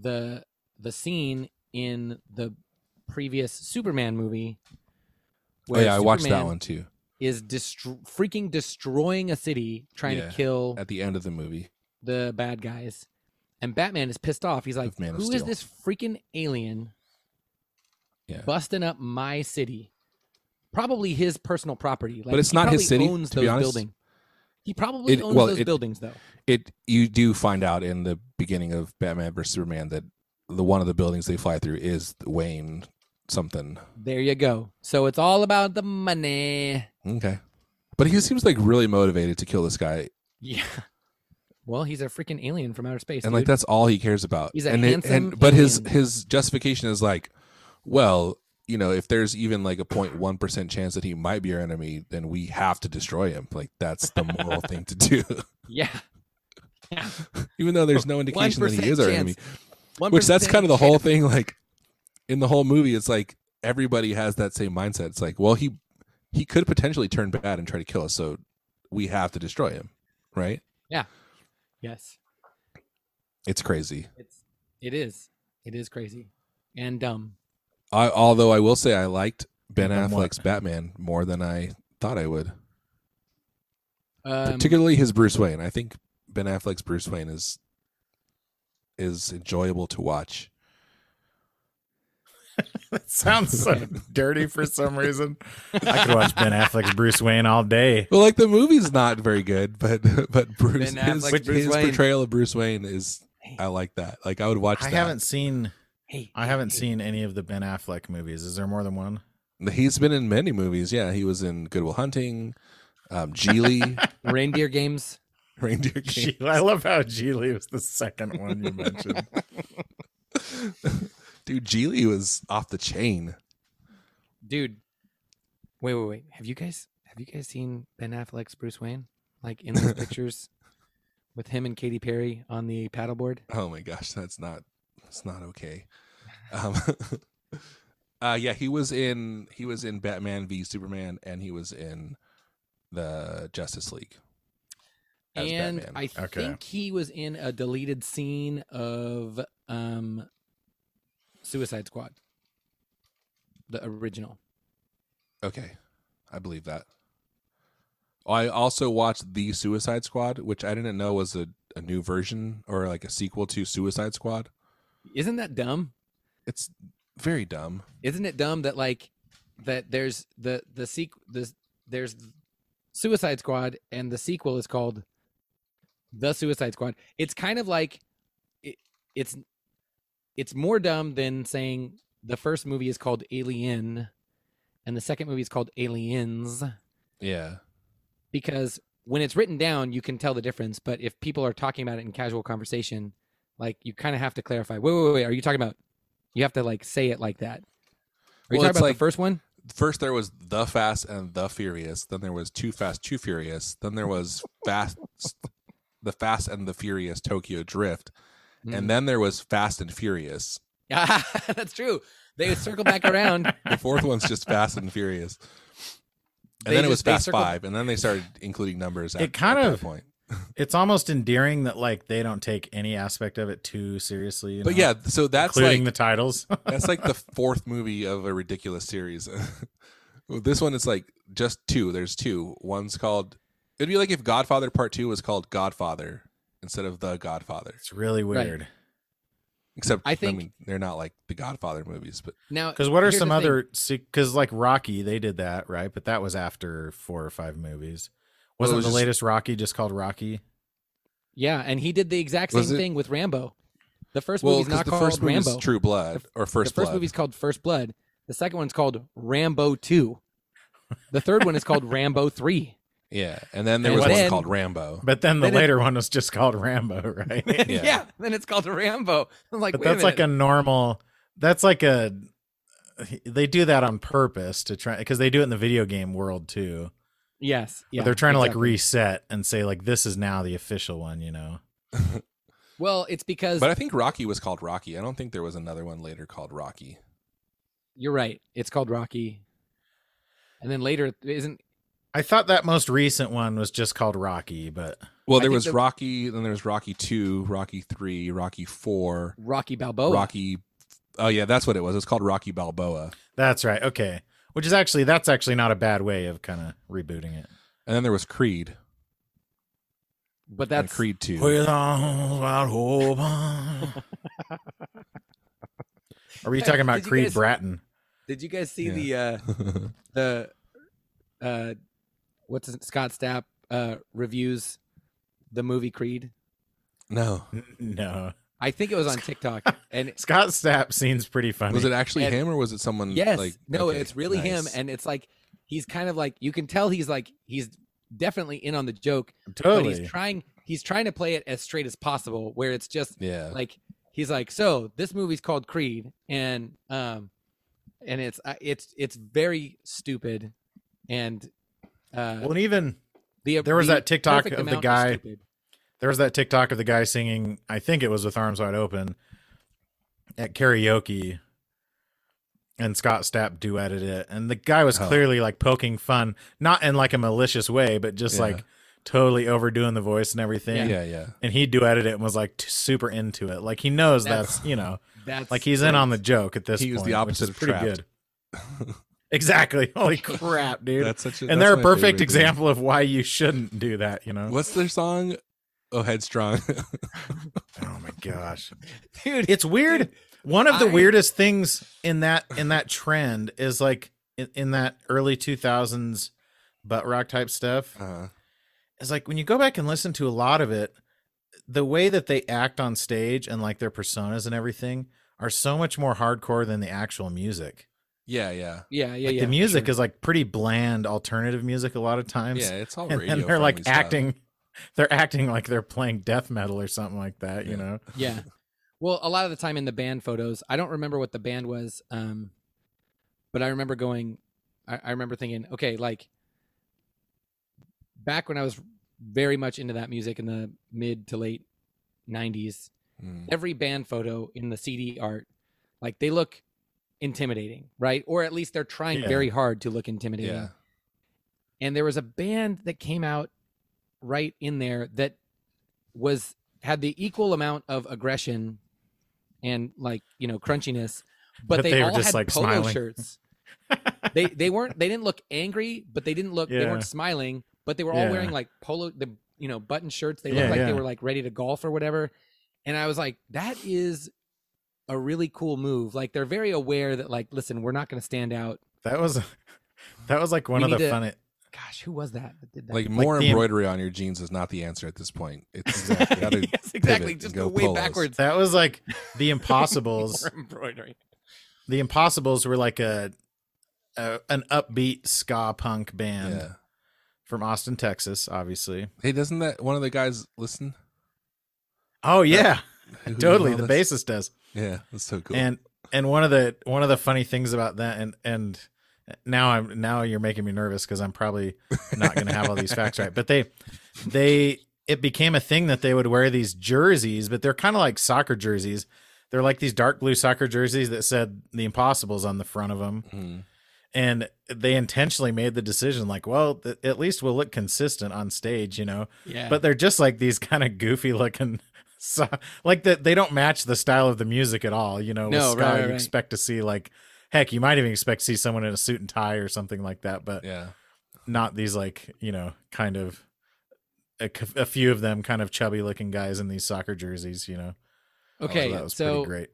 B: the the scene in the previous Superman movie
A: oh, yeah, I watched that
B: Superman
A: one too
B: is destro- freaking destroying a city trying
A: Yeah.
B: to kill
A: at the end of the movie.
B: the bad guys. And Batman is pissed off. He's like,
A: Of Man of
B: "Who is
A: Steel."
B: this freaking alien
A: Yeah.
B: busting up my city? Probably his personal property. Like,
A: But it's
B: he
A: not his
B: probably
A: city,
B: Owns
A: to be
B: those
A: honest.
B: buildings. He probably
A: It-
B: owns
A: well,
B: those
A: it-
B: buildings, though.
A: it you do find out in the beginning of Batman vs Superman that the one of the buildings they fly through is Wayne something.
B: There you go. So it's all about the money.
A: Okay. But he seems like really motivated to kill this guy.
B: Yeah. Well, he's a freaking alien from outer space.
A: And like
B: dude.
A: that's all he cares about.
B: He's a
A: and
B: handsome
A: but his
B: alien.
A: his justification is like, well, you know, if there's even like a 0.1% chance that he might be our enemy, then we have to destroy him. Like that's the moral thing to do.
B: yeah.
A: even though there's no indication that he
B: 1%
A: is our
B: chance.
A: enemy.
B: 1%
A: which that's kind of the whole
B: chance.
A: thing like in the whole movie it's like everybody has that same mindset it's like well he he could potentially turn bad and try to kill us so we have to destroy him right
B: Yes.
A: it's crazy
B: It's. It is. It is crazy and um, dumb.
A: I, although i will say i liked ben
C: Then what?
A: affleck's batman more than i thought i would
B: Um,
A: particularly his bruce wayne i think ben affleck's bruce wayne is is enjoyable to watch
C: that sounds so dirty for some reason. I could watch Ben Affleck's Bruce Wayne all day.
A: well like the movie's not very good but but bruce
B: Ben
A: his,
B: Affleck's Bruce
A: his
B: Wayne.
A: portrayal of bruce wayne is i like that like i would watch
C: I
A: that
C: haven't seen
B: Hey,
C: I
B: hey,
C: haven't
B: hey.
C: seen any of the Ben Affleck movies. Is there more than one?
A: He's been in many movies. Yeah, he was in Goodwill Hunting, um, Geely,
B: reindeer games.
A: Reindeer King.
C: Gee, I love how Geely was the second one you mentioned.
A: Dude, Geely was off the chain.
B: dude. Wait, wait, wait. Have you guys have you guys seen Ben Affleck's Bruce Wayne? Like in those pictures with him and Katy Perry on the paddleboard?
A: Oh my gosh, that's not that's not okay. Um, uh, yeah, he was in he was in Batman v Superman, and he was in the Justice League. as
B: and
A: Batman.
B: I
C: Okay.
B: think he was in a deleted scene of um Suicide Squad. The original.
A: Okay, I believe that. I also watched The Suicide Squad, which I didn't know was a, a new version or like a sequel to Suicide Squad.
B: Isn't that dumb?
A: It's very dumb.
B: Isn't it dumb that like that there's the the sequ the, there's Suicide Squad and the sequel is called The Suicide Squad. It's kind of like it, it's it's more dumb than saying the first movie is called Alien and the second movie is called Aliens
A: Yeah.
B: because when it's written down you can tell the difference but if people are talking about it in casual conversation like you kind of have to clarify wait wait wait, wait are you talking about you have to like say it like that are
A: Well,
B: you talking
A: it's
B: about
A: like-
B: the first one
A: First there was The Fast and The Furious, then there was Too Fast, Too Furious, then there was Fast The Fast and the Furious Tokyo Drift,
B: Mm.
C: Hmm.
A: and then there was Fast and Furious.
B: Ah, that's true. They circle back around.
A: The fourth one's just Fast and Furious. And
B: They
A: then it
B: just-
A: was
B: they
A: Fast
B: circle-
A: 5, and then they started including numbers at,
C: It kind
A: at
C: of-
A: that point.
C: It's almost endearing that like they don't take any aspect of it too seriously. you
A: But
C: know,
A: yeah, so that's
C: including
A: like
C: the titles.
A: that's like the fourth movie of a ridiculous series Well, This one is like just two. There's two. One's called. It'd be like if Godfather Part Two was called Godfather instead of The Godfather.
C: It's really
B: Right.
C: weird.
A: Except
B: I think-
A: mean, they're not like the Godfather movies, but
B: Now,
C: Because what are
B: here's the
C: some
B: thing.
C: other? Because like Rocky, they did that right, but that was after four or five movies.
A: Well, it
C: Wasn't
A: was
C: the
A: just-
C: latest Rocky just called Rocky?
B: Yeah, and he did the exact
A: Was
B: same
A: it-
B: thing with Rambo. The first
A: well,
B: movie's
A: because
B: not
A: the
B: called
A: first movie
B: Rambo.
A: is True Blood or First,
B: the first
A: Blood.
B: movie's called First Blood. The second one's called Rambo Two. The third one is called Rambo Three.
A: Yeah, and then there
B: And
A: was one
B: then-
A: called Rambo.
C: But then the
B: They did-
C: later one was just called Rambo, right?
B: yeah.
A: Yeah.
B: then it's called Rambo. I'm like,
C: but
B: wait a
C: that's like a
B: minute.
C: normal. That's like a. They do that on purpose to try because they do it in the video game world too.
B: yes, yeah.
C: but they're trying to like
B: exactly.
C: reset and say like this is now the official one, you know.
B: Well, it's because
A: But I think Rocky was called Rocky. I don't think there was another one later called Rocky.
B: you're right. It's called Rocky. And then later, isn't
C: I thought that most recent one was just called Rocky, but
A: Well,
B: I
A: there
B: think
A: was
B: the-
A: Rocky, then there was Rocky Two, Rocky Three, Rocky Four,
B: Rocky Balboa?
A: Rocky. Oh yeah, that's what it was. It's called Rocky Balboa.
C: that's right. Okay. Which is actually that's actually not a bad way of kind of rebooting it.
A: And then there was Creed.
B: But
A: and
B: that's
A: Creed Two.
C: arms wide open. Are we talking about
B: Did you
C: Creed
B: guys-
C: Bratton?
B: Did you guys see the uh,
A: oh
B: the uh, what's his, Scott Stapp uh, reviews the movie Creed?
A: no,
C: N- No.
B: I think it was on TikTok, and
C: Scott Stapp seems pretty funny.
A: was it actually
B: And-
A: him or was it someone?
B: yes,
A: like,
B: no,
A: okay,
B: it's really him,
A: nice.
B: and it's like he's kind of like you can tell he's like he's definitely in on the joke, but
C: totally?
B: he's trying he's trying to play it as straight as possible, where it's just
A: yeah,
B: like he's like so this movie's called creed and um and it's uh, it's it's very stupid and uh
C: well, and even
B: the,
C: there was
B: the
C: that TikTok
B: perfect
C: of the
B: amount
C: guy-
B: stupid.
C: there was that TikTok of the guy singing, I think it was with arms wide open at karaoke. And Scott Stapp duetted it. And the guy was
A: Oh.
C: clearly like poking fun, not in like a malicious way, but just
A: Yeah.
C: like totally overdoing the voice and
A: yeah,
C: everything.
A: yeah,
C: And he duetted it and was like t- super into it. Like he knows
B: That's-
C: that's, you know,
B: that's
C: like he's in on the joke at this
A: He
C: point.
A: was the opposite
C: which is
A: of
C: pretty
A: trapped.
C: good. exactly. Holy crap, dude.
A: That's such a, that's
C: and they're a
A: my favorite
C: perfect
A: thing.
C: example of why you shouldn't do that, you know?
A: What's their song? Oh, headstrong.
C: Oh my gosh.
B: dude
C: it's weird. One of the
B: I-
C: weirdest things in that in that trend is like in, in that early 2000s butt rock type stuff
A: uh,
C: is like when you go back and listen to a lot of it, the way that they act on stage and like their personas and everything are so much more hardcore than the actual music.
A: yeah, yeah,
B: yeah yeah
C: Like
B: yeah
C: the
B: for
C: music
B: sure.
C: is like pretty bland alternative music a lot of times.
A: yeah. It's all
C: and
A: radio.
C: then they're like
A: friendly stuff.
C: acting they're acting like they're playing death metal or something like that,
A: Yeah.
C: you know.
B: yeah well a lot of the time in the band photos i don't remember what the band was um but i remember going i, I remember thinking okay like back when i was very much into that music in the mid to late 90s
A: Mm.
B: every band photo in the CD art, like they look intimidating, right? Or at least they're trying
C: Yeah.
B: very hard to look intimidating.
A: Yeah.
B: And there was a band that came out right in there that was had the equal amount of aggression and like, you know, crunchiness, but,
C: But
B: they,
C: they were
B: all
C: just,
B: had
C: like,
B: polo
C: smiling.
B: shirts. they they weren't they didn't look angry, but they didn't look they
C: Yeah.
B: weren't smiling, but they were all
C: Yeah.
B: wearing like polo the you know, button shirts. They
C: Yeah,
B: looked like
C: yeah.
B: they were like ready to golf or whatever and i was like that is a really cool move like they're very aware that like listen we're not going to stand out
C: That was that was like one
B: We
C: of the
B: need to-
C: funny
B: gosh who was that that did that
A: Like more
C: the-
A: embroidery on your jeans is not the answer at this point. It's
C: Exactly.
A: gotta-
B: yes exactly
A: and
B: just
A: go
B: go way
A: polos.
B: backwards
C: That was like the Impossibles.
B: More embroidery
C: the Impossibles were like a, a an upbeat ska punk band
A: yeah.
C: from Austin, Texas, obviously.
A: Hey, doesn't that one of the guys listen?
C: Oh yeah,
A: Who did
C: totally.
A: all
C: The
A: this?
C: bassist does.
A: Yeah, that's so cool.
C: And and one of the one of the funny things about that and and now I'm now you're making me nervous because I'm probably not going to have all these facts right. But they they it became a thing that they would wear these jerseys, but they're kind of like soccer jerseys. They're like these dark blue soccer jerseys that said the Impossibles on the front of them.
A: Mhm.
C: and they intentionally made the decision like well th- at least we'll look consistent on stage you know
B: yeah
C: but they're just like these kind of goofy looking so like that they don't match the style of the music at all you know with
B: No,
C: ska,
B: right, right,
C: you
B: right.
C: expect to see like Heck, you might even expect to see someone in a suit and tie or something like that, but
A: Yeah.
C: not these like you know kind of a, c- a few of them kind of chubby looking guys in these soccer jerseys. You know,
A: was-
B: Okay,
C: so that was
B: so
C: pretty great.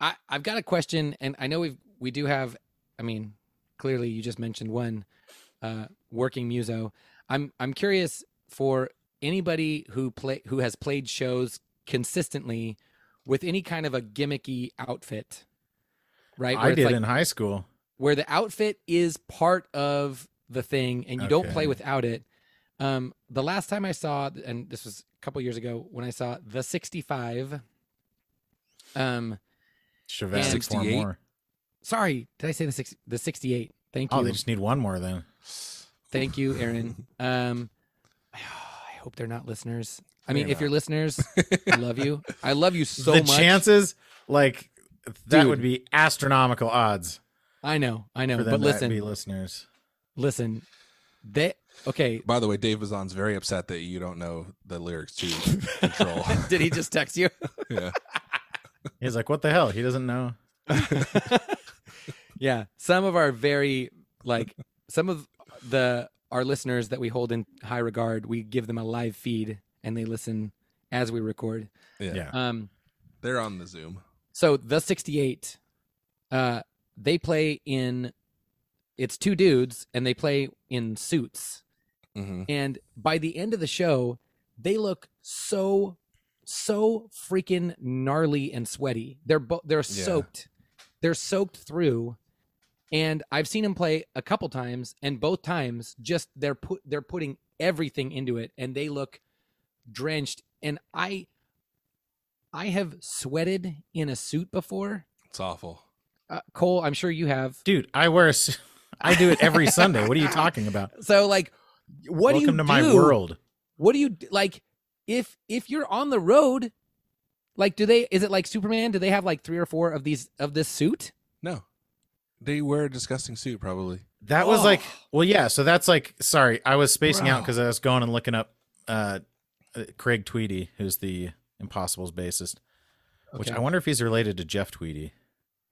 B: I, I've got a question, and I know we've we do have. I mean, clearly you just mentioned one uh, working muso. I'm I'm curious for anybody who play who has played shows consistently with any kind of a gimmicky outfit, right?
C: I
B: it's
C: did
B: like-
C: in high school.
B: where the outfit is part of the thing and you don't play
C: Okay.
B: without it. Um, the last time I saw, and this was a couple years ago, when I saw the 65. Um,
C: Chavez
B: And-
C: needs four
A: 68?
C: more.
B: sorry, did I say the six, the 68? Thank you,
C: Oh, they just need one more then.
B: thank you, Aaron. Um, I hope they're not listeners. I mean,
C: They're
B: if you're listeners, I love you. I love you so
C: the
B: much.
C: chances, like that,
B: Dude.
C: would be astronomical odds
B: I know, I know.
C: for them
B: But
C: to
B: listen,
C: be listeners.
B: listen. They okay.
A: By the way, Dave Bazan's very upset that you don't know the lyrics to Control.
B: Did he just text you?
A: yeah.
C: He's like, what the hell? He doesn't know.
B: yeah some of our very like some of the our listeners that we hold in high regard we give them a live feed and they listen as we record
A: Yeah.
C: Yeah.
B: um
A: They're on the Zoom.
B: so the 68 uh they play in it's two dudes and they play in suits
A: Mm-hmm.
B: and by the end of the show they look so so freaking gnarly and sweaty they're bo- they're soaked they're soaked through and i've seen them play a couple times and both times just they're put they're putting everything into it and they look drenched and i i have sweated in a suit before
A: It's awful.
B: uh, cole i'm sure you have
C: Dude, I wear a suit. I do it every Sunday. What are you talking about?
B: so like what do you
C: Welcome to my
B: do?
C: world.
B: what do you d- like if if you're on the road like do they is it like superman do they have like three or four of these of this suit
A: No. They wear a disgusting suit, probably.
C: That was like,
B: Oh.
C: well, yeah. So that's like, sorry, I was spacing out
A: Bro.
C: because I was going and looking up uh, uh, Craig Tweedy, who's the Impossibles bassist, which
B: Oh, Okay.
C: I wonder if he's related to Jeff Tweedy.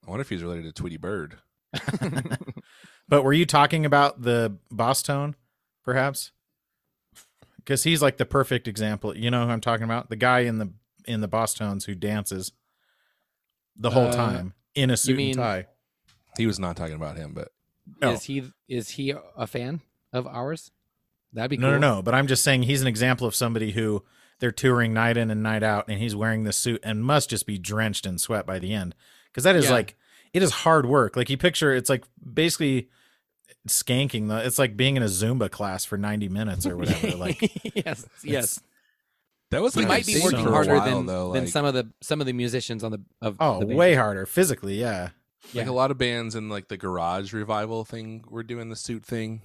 A: I wonder if he's related to Tweety Bird.
C: But were you talking about the boss tone, perhaps? Because he's like the perfect example. You know who I'm talking about? The guy in the in the boss tones who dances the whole
B: Uh,
C: time in a suit
B: mean-
C: and tie.
A: He was not talking about him, but
C: No.
B: is he is he a fan of ours that'd be
C: No,
B: cool.
C: no, no. But I'm just saying he's an example of somebody who they're touring night in and night out, and he's wearing this suit and must just be drenched in sweat by the end. Because that is
B: Yeah.
C: like, it is hard work. Like you picture, it's like basically skanking. The, it's like being in a Zumba class for 90 minutes or whatever. like,
B: yes yes
C: it's-
A: that was
B: he
A: like
C: I've
B: might be
C: seen
B: working
C: for a
B: harder
A: while,
B: than
A: though,
B: than
A: like-
B: some of the some of the musicians on the of
C: oh,
B: the band.
C: way harder physically. Yeah.
A: like
B: Yeah.
A: a lot of bands in like the garage revival thing were doing the suit thing,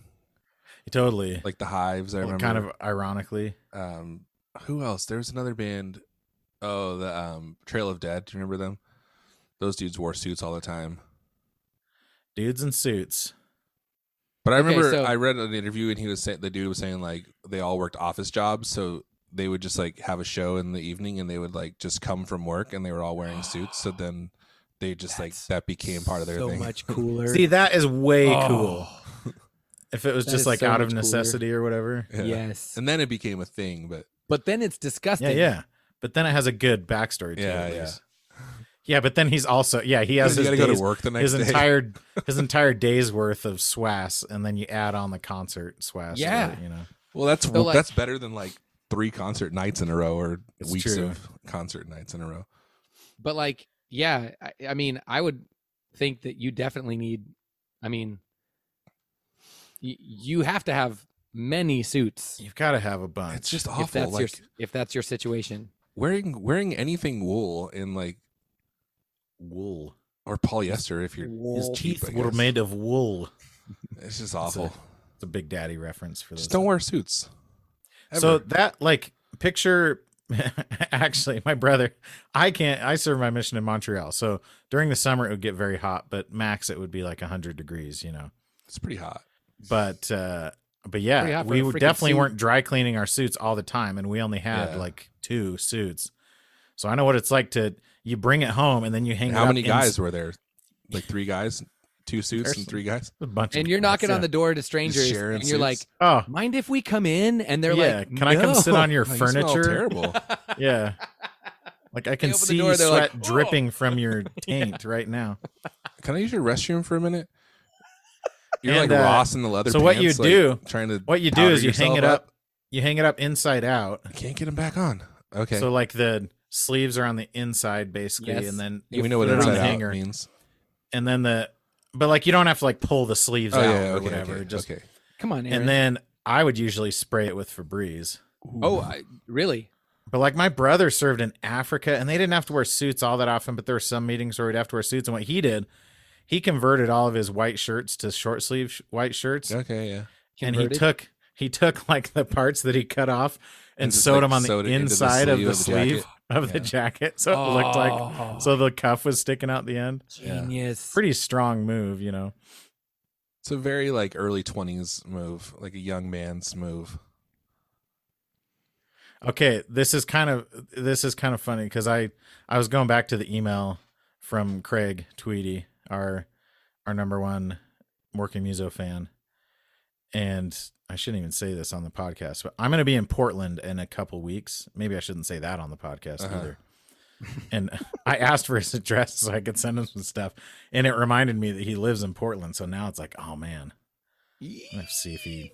C: Totally.
A: like the Hives. I
C: Well,
A: remember
C: kind of ironically.
A: um who else there was another band oh the um trail of dead do you remember them those dudes wore suits all the time
C: Dudes in suits.
A: but i
B: Okay,
A: remember
B: so-
A: i read an interview and he was saying the dude was saying like they all worked office jobs so they would just like have a show in the evening and they would like just come from work and they were all wearing suits so then they just like
B: That's
A: that became part of their
B: so
A: thing
B: much cooler
C: See, that is way
A: Oh.
C: cool. If it was
B: That is
C: just like
B: so
C: out
B: much
C: of
B: cooler.
C: necessity or whatever.
A: Yeah.
B: yes
A: and then it became a thing but
B: but then it's disgusting
C: Yeah, yeah. But then it has a good backstory to
A: Yeah,
C: it. at
A: yeah.
C: least. Yeah, but then he's also yeah, he has
A: you
C: his,
A: gotta go to
C: days-
A: work the next
C: his
A: day
C: entire his entire day's worth of swass and then you add on the concert swass. or,
B: Yeah.
C: you know.
A: well that's
B: So, like-
A: that's better than like three concert nights in a row or
C: It's
A: weeks
C: true.
A: of concert nights in a row
B: but like yeah I, I mean i would think that you definitely need i mean y- you have to have many suits
C: You've got to have a bunch.
A: it's just
B: if
A: awful
B: that's your
A: like
B: if that's your situation
A: wearing wearing anything wool in like
C: wool.
A: or polyester if you're
C: His
B: Wool.
A: cheap,
C: teeth
A: I
C: were
A: guess.
C: made of wool.
A: it's just awful
C: It's a big daddy reference for this.
A: just don't wear suits
C: So
A: Ever.
C: that like picture actually my brother I can't I serve my mission in Montreal. So during the summer it would get very hot, but max it would be like 100 degrees, you know.
A: it's pretty hot
C: but uh but
B: Pretty
C: yeah
B: hot for
C: we
B: a
C: were-
B: freaking
C: definitely
B: suit.
C: weren't dry cleaning our suits all the time and we only had
A: Yeah.
C: like two suits so i know what it's like to you bring it home and then you hang
A: And
C: it
A: how
C: up
A: many
C: in-
A: guys were there like three guys two suits and three guys.
C: A bunch
B: and you're knocking on the door to strangers,
A: sharing
B: and you're like,
A: suits.
C: oh
B: "Mind if we come in?" And they're
C: yeah.
B: like,
C: can I come sit
B: "No."
C: on your
A: Oh, you smell
C: furniture?
A: terrible.
C: Yeah. Like I can
B: open the
C: see
B: door, they're like, "Oh."
C: sweat dripping from your taint right now.
A: Can I use your restroom for a minute? You're
C: And,
A: like
C: uh,
A: Ross in the leather.
C: so what
A: pants,
C: you
A: like,
C: do-
A: trying to
C: What you do
A: powder
C: is you hang
A: yourself
C: it up. You hang it up inside out.
A: up. Can't get him back on. Okay,
C: So like the sleeves are on the inside basically,
B: Yes.
C: and then
A: we
C: you
A: know what
C: put it on
A: inside
C: the
A: out
C: hanger,
A: means.
C: and then the but like you don't have to like pull the sleeves
A: Oh
C: out
A: yeah,
C: or
A: okay,
C: whatever.
A: okay,
C: Just
A: okay.
B: "Come on, Aaron."
C: and then I would usually spray it with Febreze.
B: oh, I, really?
C: But like my brother served in Africa and they didn't have to wear suits all that often, but there were some meetings where we'd have to wear suits. And what he did, he converted all of his white shirts to short sleeve sh- white shirts.
A: okay, yeah.
C: And he
B: Converted?
C: took he took like the parts that he cut off and,
A: And just,
C: sewed
A: like,
C: them on the
A: sewed it into the
C: inside of
A: sleeve
C: the
A: of the
C: sleeve
A: jacket.
C: of the
A: Yeah.
C: jacket. So it looked like
B: Oh,
C: so the cuff was sticking out the end.
A: yeah.
B: genius.
C: Pretty strong move, you know.
A: It's a very like early twenties move, like a young man's move.
C: Okay, this is kind of this is kind of funny because I I was going back to the email from Craig Tweedy, our our number one working muso fan, and I shouldn't even say this on the podcast, but I'm going to be in Portland in a couple weeks. Maybe I shouldn't say that on the podcast
A: Uh-huh.
C: either. and I asked for his address so I could send him some stuff, and it reminded me that he lives in Portland. So now it's like, oh man, let's see if he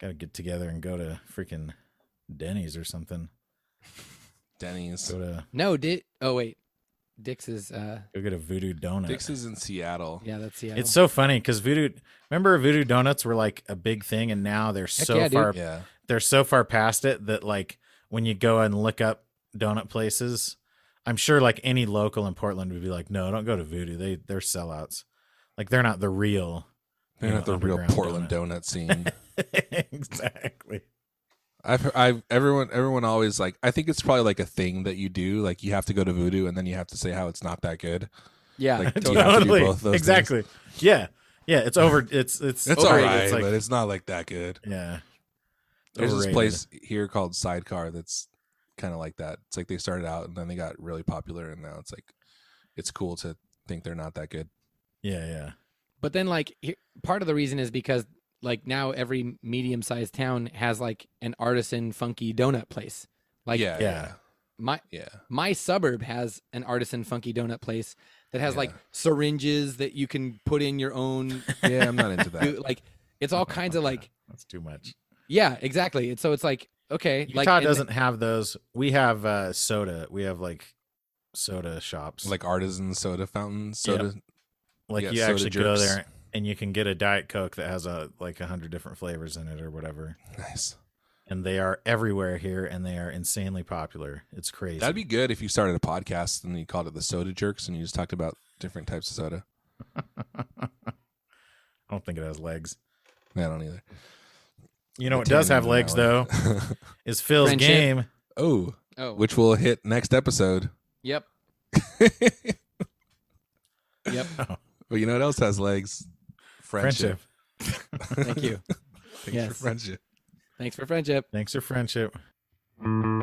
C: got to get together and go to freaking Denny's or something.
A: Denny's.
C: Go to
B: No, did oh wait, Dix is uh
C: go get a voodoo donut.
A: Dix is in Seattle.
B: yeah that's yeah.
C: It's so funny because voodoo. Remember, voodoo donuts were like a big thing, and now they're so
B: yeah, dude.
C: far
A: Yeah.
C: they're so far past it that like when you go and look up donut places, I'm sure like any local in Portland would be like, no, don't go to voodoo. They they're sellouts. Like they're not the real.
A: They're
C: you
A: not
C: know,
A: the real Portland
C: underground
A: donut, scene.
C: exactly.
A: I've, I've, everyone, everyone always like. I think it's probably like a thing that you do. Like you have to go to voodoo, and then you have to say how it's not that good.
B: yeah,
A: like, Do you have to do
C: totally.
A: both those
C: exactly. Yeah. Yeah. It's over. It's it's
A: It's all
C: overrated.
A: right,
C: It's like,
A: but it's not like that good.
C: yeah.
A: There's
C: Overrated.
A: this place here called Sidecar that's kind of like that. It's like they started out and then they got really popular, and now it's like it's cool to think they're not that good.
C: Yeah. Yeah.
B: but then like here, part of the reason is because like now every medium sized town has like an artisan funky donut place. Like
A: yeah,
C: yeah.
B: my
A: yeah,
B: my suburb has an artisan funky donut place that has like
A: Yeah.
B: syringes that you can put in your own
A: yeah. I'm not into that.
B: you- like it's all kinds of like
C: That's too much.
B: yeah exactly it's so it's like okay
C: Utah
B: like and-
C: doesn't have those. We have uh, soda. We have like soda shops.
A: like artisan soda fountains, soda.
C: like
A: yeah,
C: you
A: soda
C: actually go
A: jerks.
C: there and you can get a diet coke that has a like a hundred different flavors in it or whatever.
A: Nice.
C: And they are everywhere here, and they are insanely popular. It's crazy.
A: That'd be good if you started a podcast and you called it the Soda Jerks, and you just talked about different types of soda.
C: I don't think it has legs.
A: I don't either.
C: You know,
A: The
C: it does
A: tannin
C: have
A: in
C: legs
A: that
C: though.
A: one.
C: Is Phil's
B: Friendship.
C: game?
A: oh,
B: oh
A: which we'll hit next episode.
B: yep
A: but
B: yep
A: you know what else has legs? Friendship.
C: Friendship.
B: thank you
A: Thanks for
B: Yes.
A: friendship.
B: thanks for friendship
C: Thanks for friendship.
A: Thanks